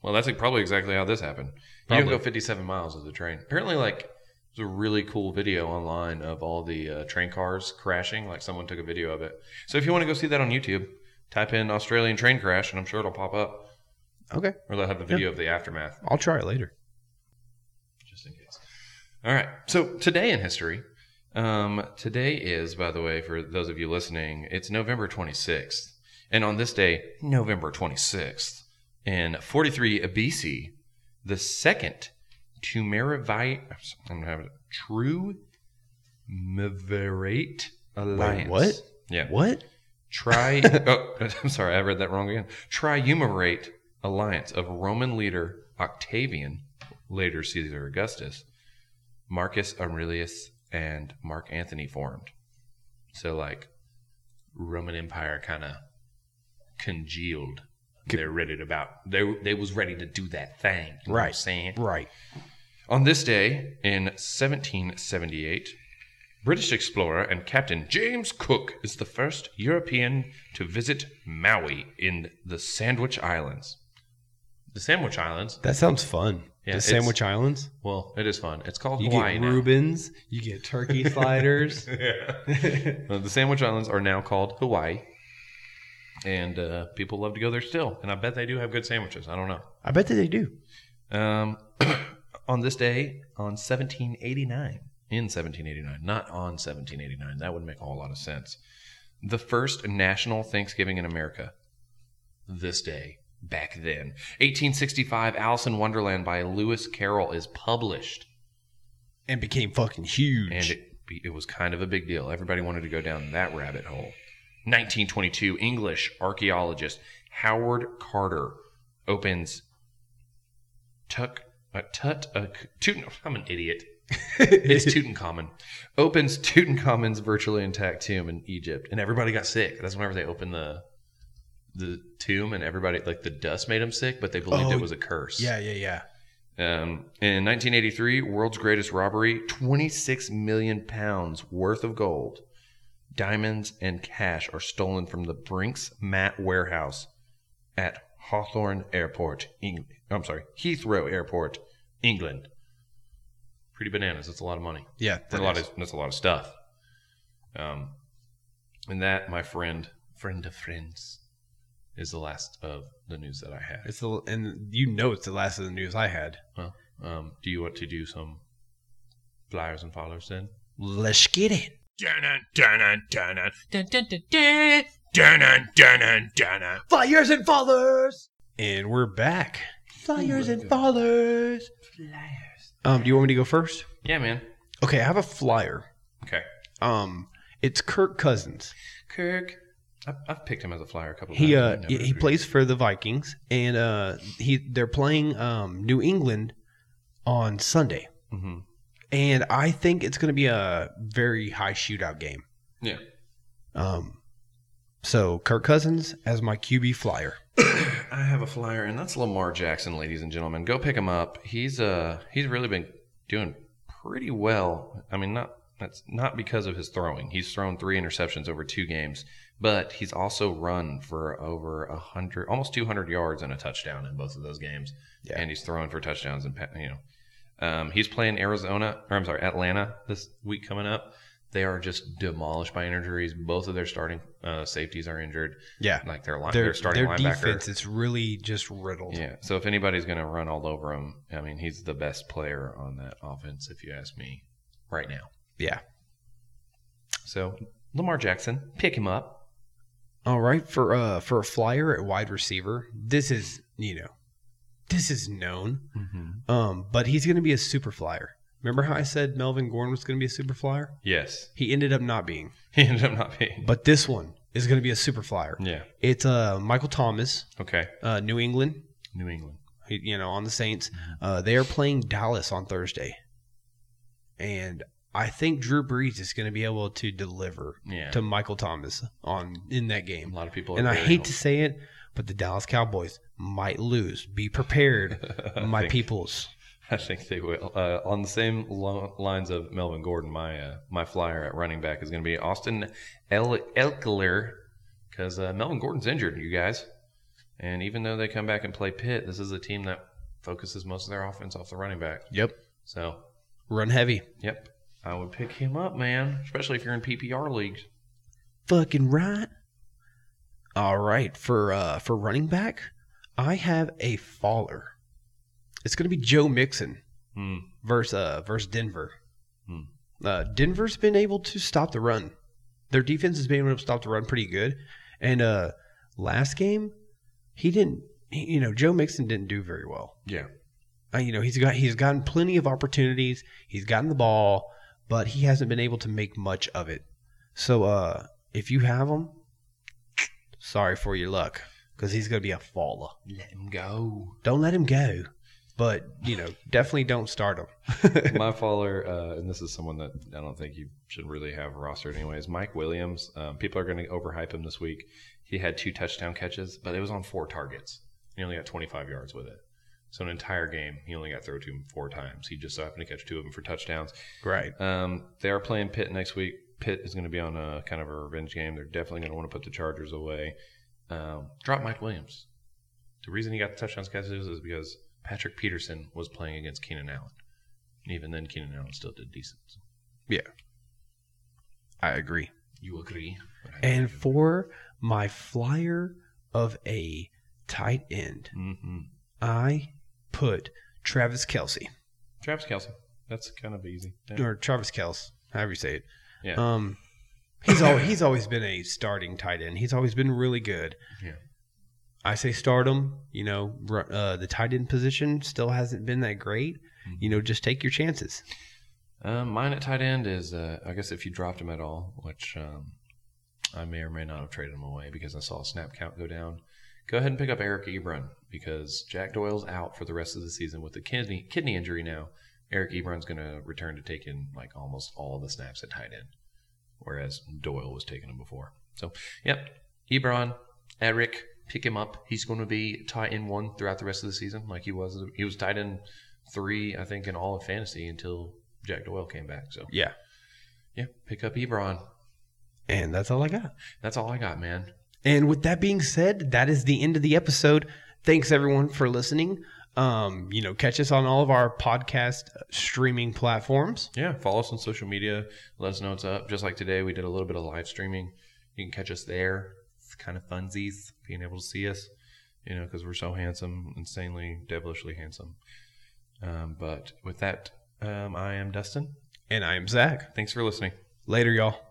Speaker 3: Well, that's like probably exactly how this happened. You
Speaker 4: Probably.
Speaker 3: don't go 57 miles with a train. Apparently, like there's a really cool video online of all the uh, train cars crashing. Like someone took a video of it. So if you want to go see that on YouTube, type in Australian train crash, and I'm sure it'll pop up.
Speaker 4: Okay.
Speaker 3: Or they'll have the video of the aftermath,
Speaker 4: I'll try it later.
Speaker 3: just in case. All right. So today in history, um, today is, by the way, for those of you listening, it's November 26th, and on this day, November 26th, in 43 BC, the second Tumeravite, I'm gonna have it, true Meverate alliance.
Speaker 4: what?
Speaker 3: Yeah.
Speaker 4: What?
Speaker 3: Tri. oh, I'm sorry, I read that wrong again. Triumvirate alliance of Roman leader Octavian, later Caesar Augustus, Marcus Aurelius, and Mark Antony formed. So, like, Roman Empire kind of congealed. They're ready to about. They they was ready to do that thing. You know what I'm
Speaker 4: Right.
Speaker 3: saying
Speaker 4: Right.
Speaker 3: on this day in 1778, British explorer and captain James Cook is the first European to visit Maui in the Sandwich Islands. The Sandwich Islands?
Speaker 4: That sounds fun.
Speaker 3: Yeah,
Speaker 4: the
Speaker 3: it's-
Speaker 4: Sandwich Islands.
Speaker 3: Well, it is fun. It's called
Speaker 4: You
Speaker 3: Hawaii
Speaker 4: get
Speaker 3: now.
Speaker 4: Rubens. You get turkey sliders.
Speaker 3: Uh, the Sandwich Islands are now called Hawaii. And uh, people love to go there still. And I bet they do have good sandwiches. I don't know.
Speaker 4: I bet that they do.
Speaker 3: Um, on this day, on 1789, in 1789, not on 1789, that would make a whole lot of sense. The first national Thanksgiving in America, this day, back then. 1865, Alice in Wonderland by Lewis Carroll is published.
Speaker 4: And became fucking huge.
Speaker 3: And it, be- it was kind of a big deal. Everybody wanted to go down that rabbit hole. 1922, English archaeologist Howard Carter opens Tuck, uh, Tut, uh, Tut, I'm an idiot. It's Tutankhamun. Opens Tutankhamen's virtually intact tomb in Egypt, and everybody got sick. That's whenever they opened the the tomb, and everybody like the dust made them sick, but they believed
Speaker 4: Oh,
Speaker 3: it was a curse.
Speaker 4: yeah, yeah, yeah.
Speaker 3: Um, in 1983, world's greatest robbery, 26 million pounds worth of gold, diamonds, and cash are stolen from the Brinks Mat warehouse at Hawthorne Airport, England. I'm sorry, Heathrow Airport, England. Pretty bananas. That's a lot of money.
Speaker 4: Yeah.
Speaker 3: That's a lot of that's a lot of stuff. Um, and that, my friend, friend of friends, is the last of the news that I have.
Speaker 4: It's the, and you know it's the last of the news I had.
Speaker 3: Um, do you want to do some flyers and followers then?
Speaker 4: Let's get it.
Speaker 6: Dun dun dun dun dun dun dun dun dun dun dun dun dun dun.
Speaker 4: Flyers and followers. And we're back. Flyers and followers. Flyers. Um, do you want me to go first?
Speaker 3: Yeah, man.
Speaker 4: Okay, I have a flyer.
Speaker 3: Okay.
Speaker 4: Um, it's Kirk Cousins.
Speaker 3: Kirk. I've, I've picked him as a flyer a couple of
Speaker 4: He uh
Speaker 3: times. I never
Speaker 4: he, he
Speaker 3: do.
Speaker 4: plays for the Vikings, and uh he they're playing um New England on Sunday,
Speaker 3: Mhm.
Speaker 4: and I think it's going to be a very high shootout game.
Speaker 3: Yeah.
Speaker 4: Um, so Kirk Cousins as my QB flyer.
Speaker 3: I have a flyer, and that's Lamar Jackson, ladies and gentlemen. Go pick him up. He's uh he's really been doing pretty well. I mean, not that's not because of his throwing. He's thrown three interceptions over two games, but he's also run for over a hundred, almost two hundred yards and a touchdown in both of those games.
Speaker 4: Yeah.
Speaker 3: And he's throwing for touchdowns and pa- you know, um, he's playing Arizona or I'm sorry, Atlanta this week coming up. They are just demolished by injuries. Both of their starting uh, safeties are injured.
Speaker 4: Yeah.
Speaker 3: Like their line,
Speaker 4: Their,
Speaker 3: their, starting
Speaker 4: their
Speaker 3: linebacker.
Speaker 4: defense is really just riddled.
Speaker 3: Yeah. So if anybody's going to run all over him, I mean, he's the best player on that offense, if you ask me, right now.
Speaker 4: Yeah.
Speaker 3: So Lamar Jackson, pick him up.
Speaker 4: All right, for uh for a flyer at wide receiver, this is you know, this is known. Um, but he's going to be a super flyer. Remember how I said Melvin Gordon was going to be a super flyer?
Speaker 3: Yes.
Speaker 4: He ended up not being.
Speaker 3: He ended up not being.
Speaker 4: But this one is going to be a super flyer.
Speaker 3: Yeah.
Speaker 4: It's uh Michael Thomas,
Speaker 3: Okay.
Speaker 4: uh, New England,
Speaker 3: New England.
Speaker 4: he- you know, on the Saints. Uh, they are playing Dallas on Thursday, and I think Drew Brees is going to be able to deliver
Speaker 3: Yeah.
Speaker 4: to Michael Thomas on in that game.
Speaker 3: a lot of people.
Speaker 4: and
Speaker 3: are
Speaker 4: I
Speaker 3: very
Speaker 4: hate to say it, but the Dallas Cowboys might lose. Be prepared,
Speaker 3: hopeful. I
Speaker 4: my
Speaker 3: think-
Speaker 4: peoples.
Speaker 3: I think they will. Uh, on the same lo- lines of Melvin Gordon, my uh, my flyer at running back is going to be Austin El- Elkler because uh, Melvin Gordon's injured, you guys. And even though they come back and play Pitt, this is a team that focuses most of their offense off the running back.
Speaker 4: Yep.
Speaker 3: So,
Speaker 4: Run heavy.
Speaker 3: yep, I would pick him up, man. Especially if you're in PPR leagues.
Speaker 4: Fucking right. All right, for uh for running back, I have a faller. It's going to be Joe Mixon
Speaker 3: Hmm.
Speaker 4: versus uh versus Denver.
Speaker 3: Hmm.
Speaker 4: Uh, Denver's been able to stop the run. Their defense has been able to stop the run pretty good. And uh last game, he didn't. He, you know, Joe Mixon didn't do very well.
Speaker 3: Yeah.
Speaker 4: Uh, you know, he's got he's gotten plenty of opportunities. He's gotten the ball, but he hasn't been able to make much of it. So, uh, if you have him, sorry for your luck, because he's gonna be a faller.
Speaker 3: Let him go.
Speaker 4: Don't let him go, but you know, definitely don't start him.
Speaker 3: My faller, uh, and this is someone that I don't think you should really have rostered anyways. Mike Williams. Um, people are going to overhype him this week. He had two touchdown catches, but it was on four targets. He only got 25 yards with it. So an entire game, he only got thrown to him four times. He just so happened to catch two of them for touchdowns.
Speaker 4: right.
Speaker 3: Um, they are playing Pitt next week. Pitt is going to be on a kind of a revenge game. They're definitely going to want to put the Chargers away. Um, drop Mike Williams. The reason he got the touchdowns catches is because Patrick Peterson was playing against Keenan Allen. And even then, Keenan Allen still did decent.
Speaker 4: I agree.
Speaker 3: You agree?
Speaker 4: And for my flyer of a tight end,
Speaker 3: hmm
Speaker 4: I put Travis Kelsey
Speaker 3: Travis Kelsey. That's kind of easy.
Speaker 4: or Travis Kels, however you say it.
Speaker 3: Yeah.
Speaker 4: Um, he's al- he's always been a starting tight end. He's always been really good.
Speaker 3: Yeah.
Speaker 4: I say start him. You know, ru- uh, the tight end position still hasn't been that great. You know, just take your chances.
Speaker 3: Um, mine at tight end is, uh, I guess, if you dropped him at all, which um, I may or may not have traded him away because I saw a snap count go down. Go ahead and pick up Eric Ebron because Jack Doyle's out for the rest of the season with a kidney kidney injury now. Eric Ebron's going to return to taking like almost all the snaps at tight end, whereas Doyle was taking them before. So, yep, Ebron, Eric, pick him up. He's going to be tight end one throughout the rest of the season, like he was. He was tight end three, I think, in all of fantasy until Jack Doyle came back. So
Speaker 4: Yeah.
Speaker 3: yeah, pick up Ebron.
Speaker 4: And that's all I got.
Speaker 3: That's all I got, man.
Speaker 4: And with that being said, that is the end of the episode. Thanks everyone for listening. Um, you know, catch us on all of our podcast uh, streaming platforms.
Speaker 3: Yeah, follow us on social media. Let us know what's up. Just like today, we did a little bit of live streaming. You can catch us there. It's kind of funsies being able to see us, you know, because we're so handsome, insanely, devilishly handsome. Um, but with that, um, I am Dustin.
Speaker 4: And I am Zach.
Speaker 3: Thanks for listening.
Speaker 4: Later, y'all.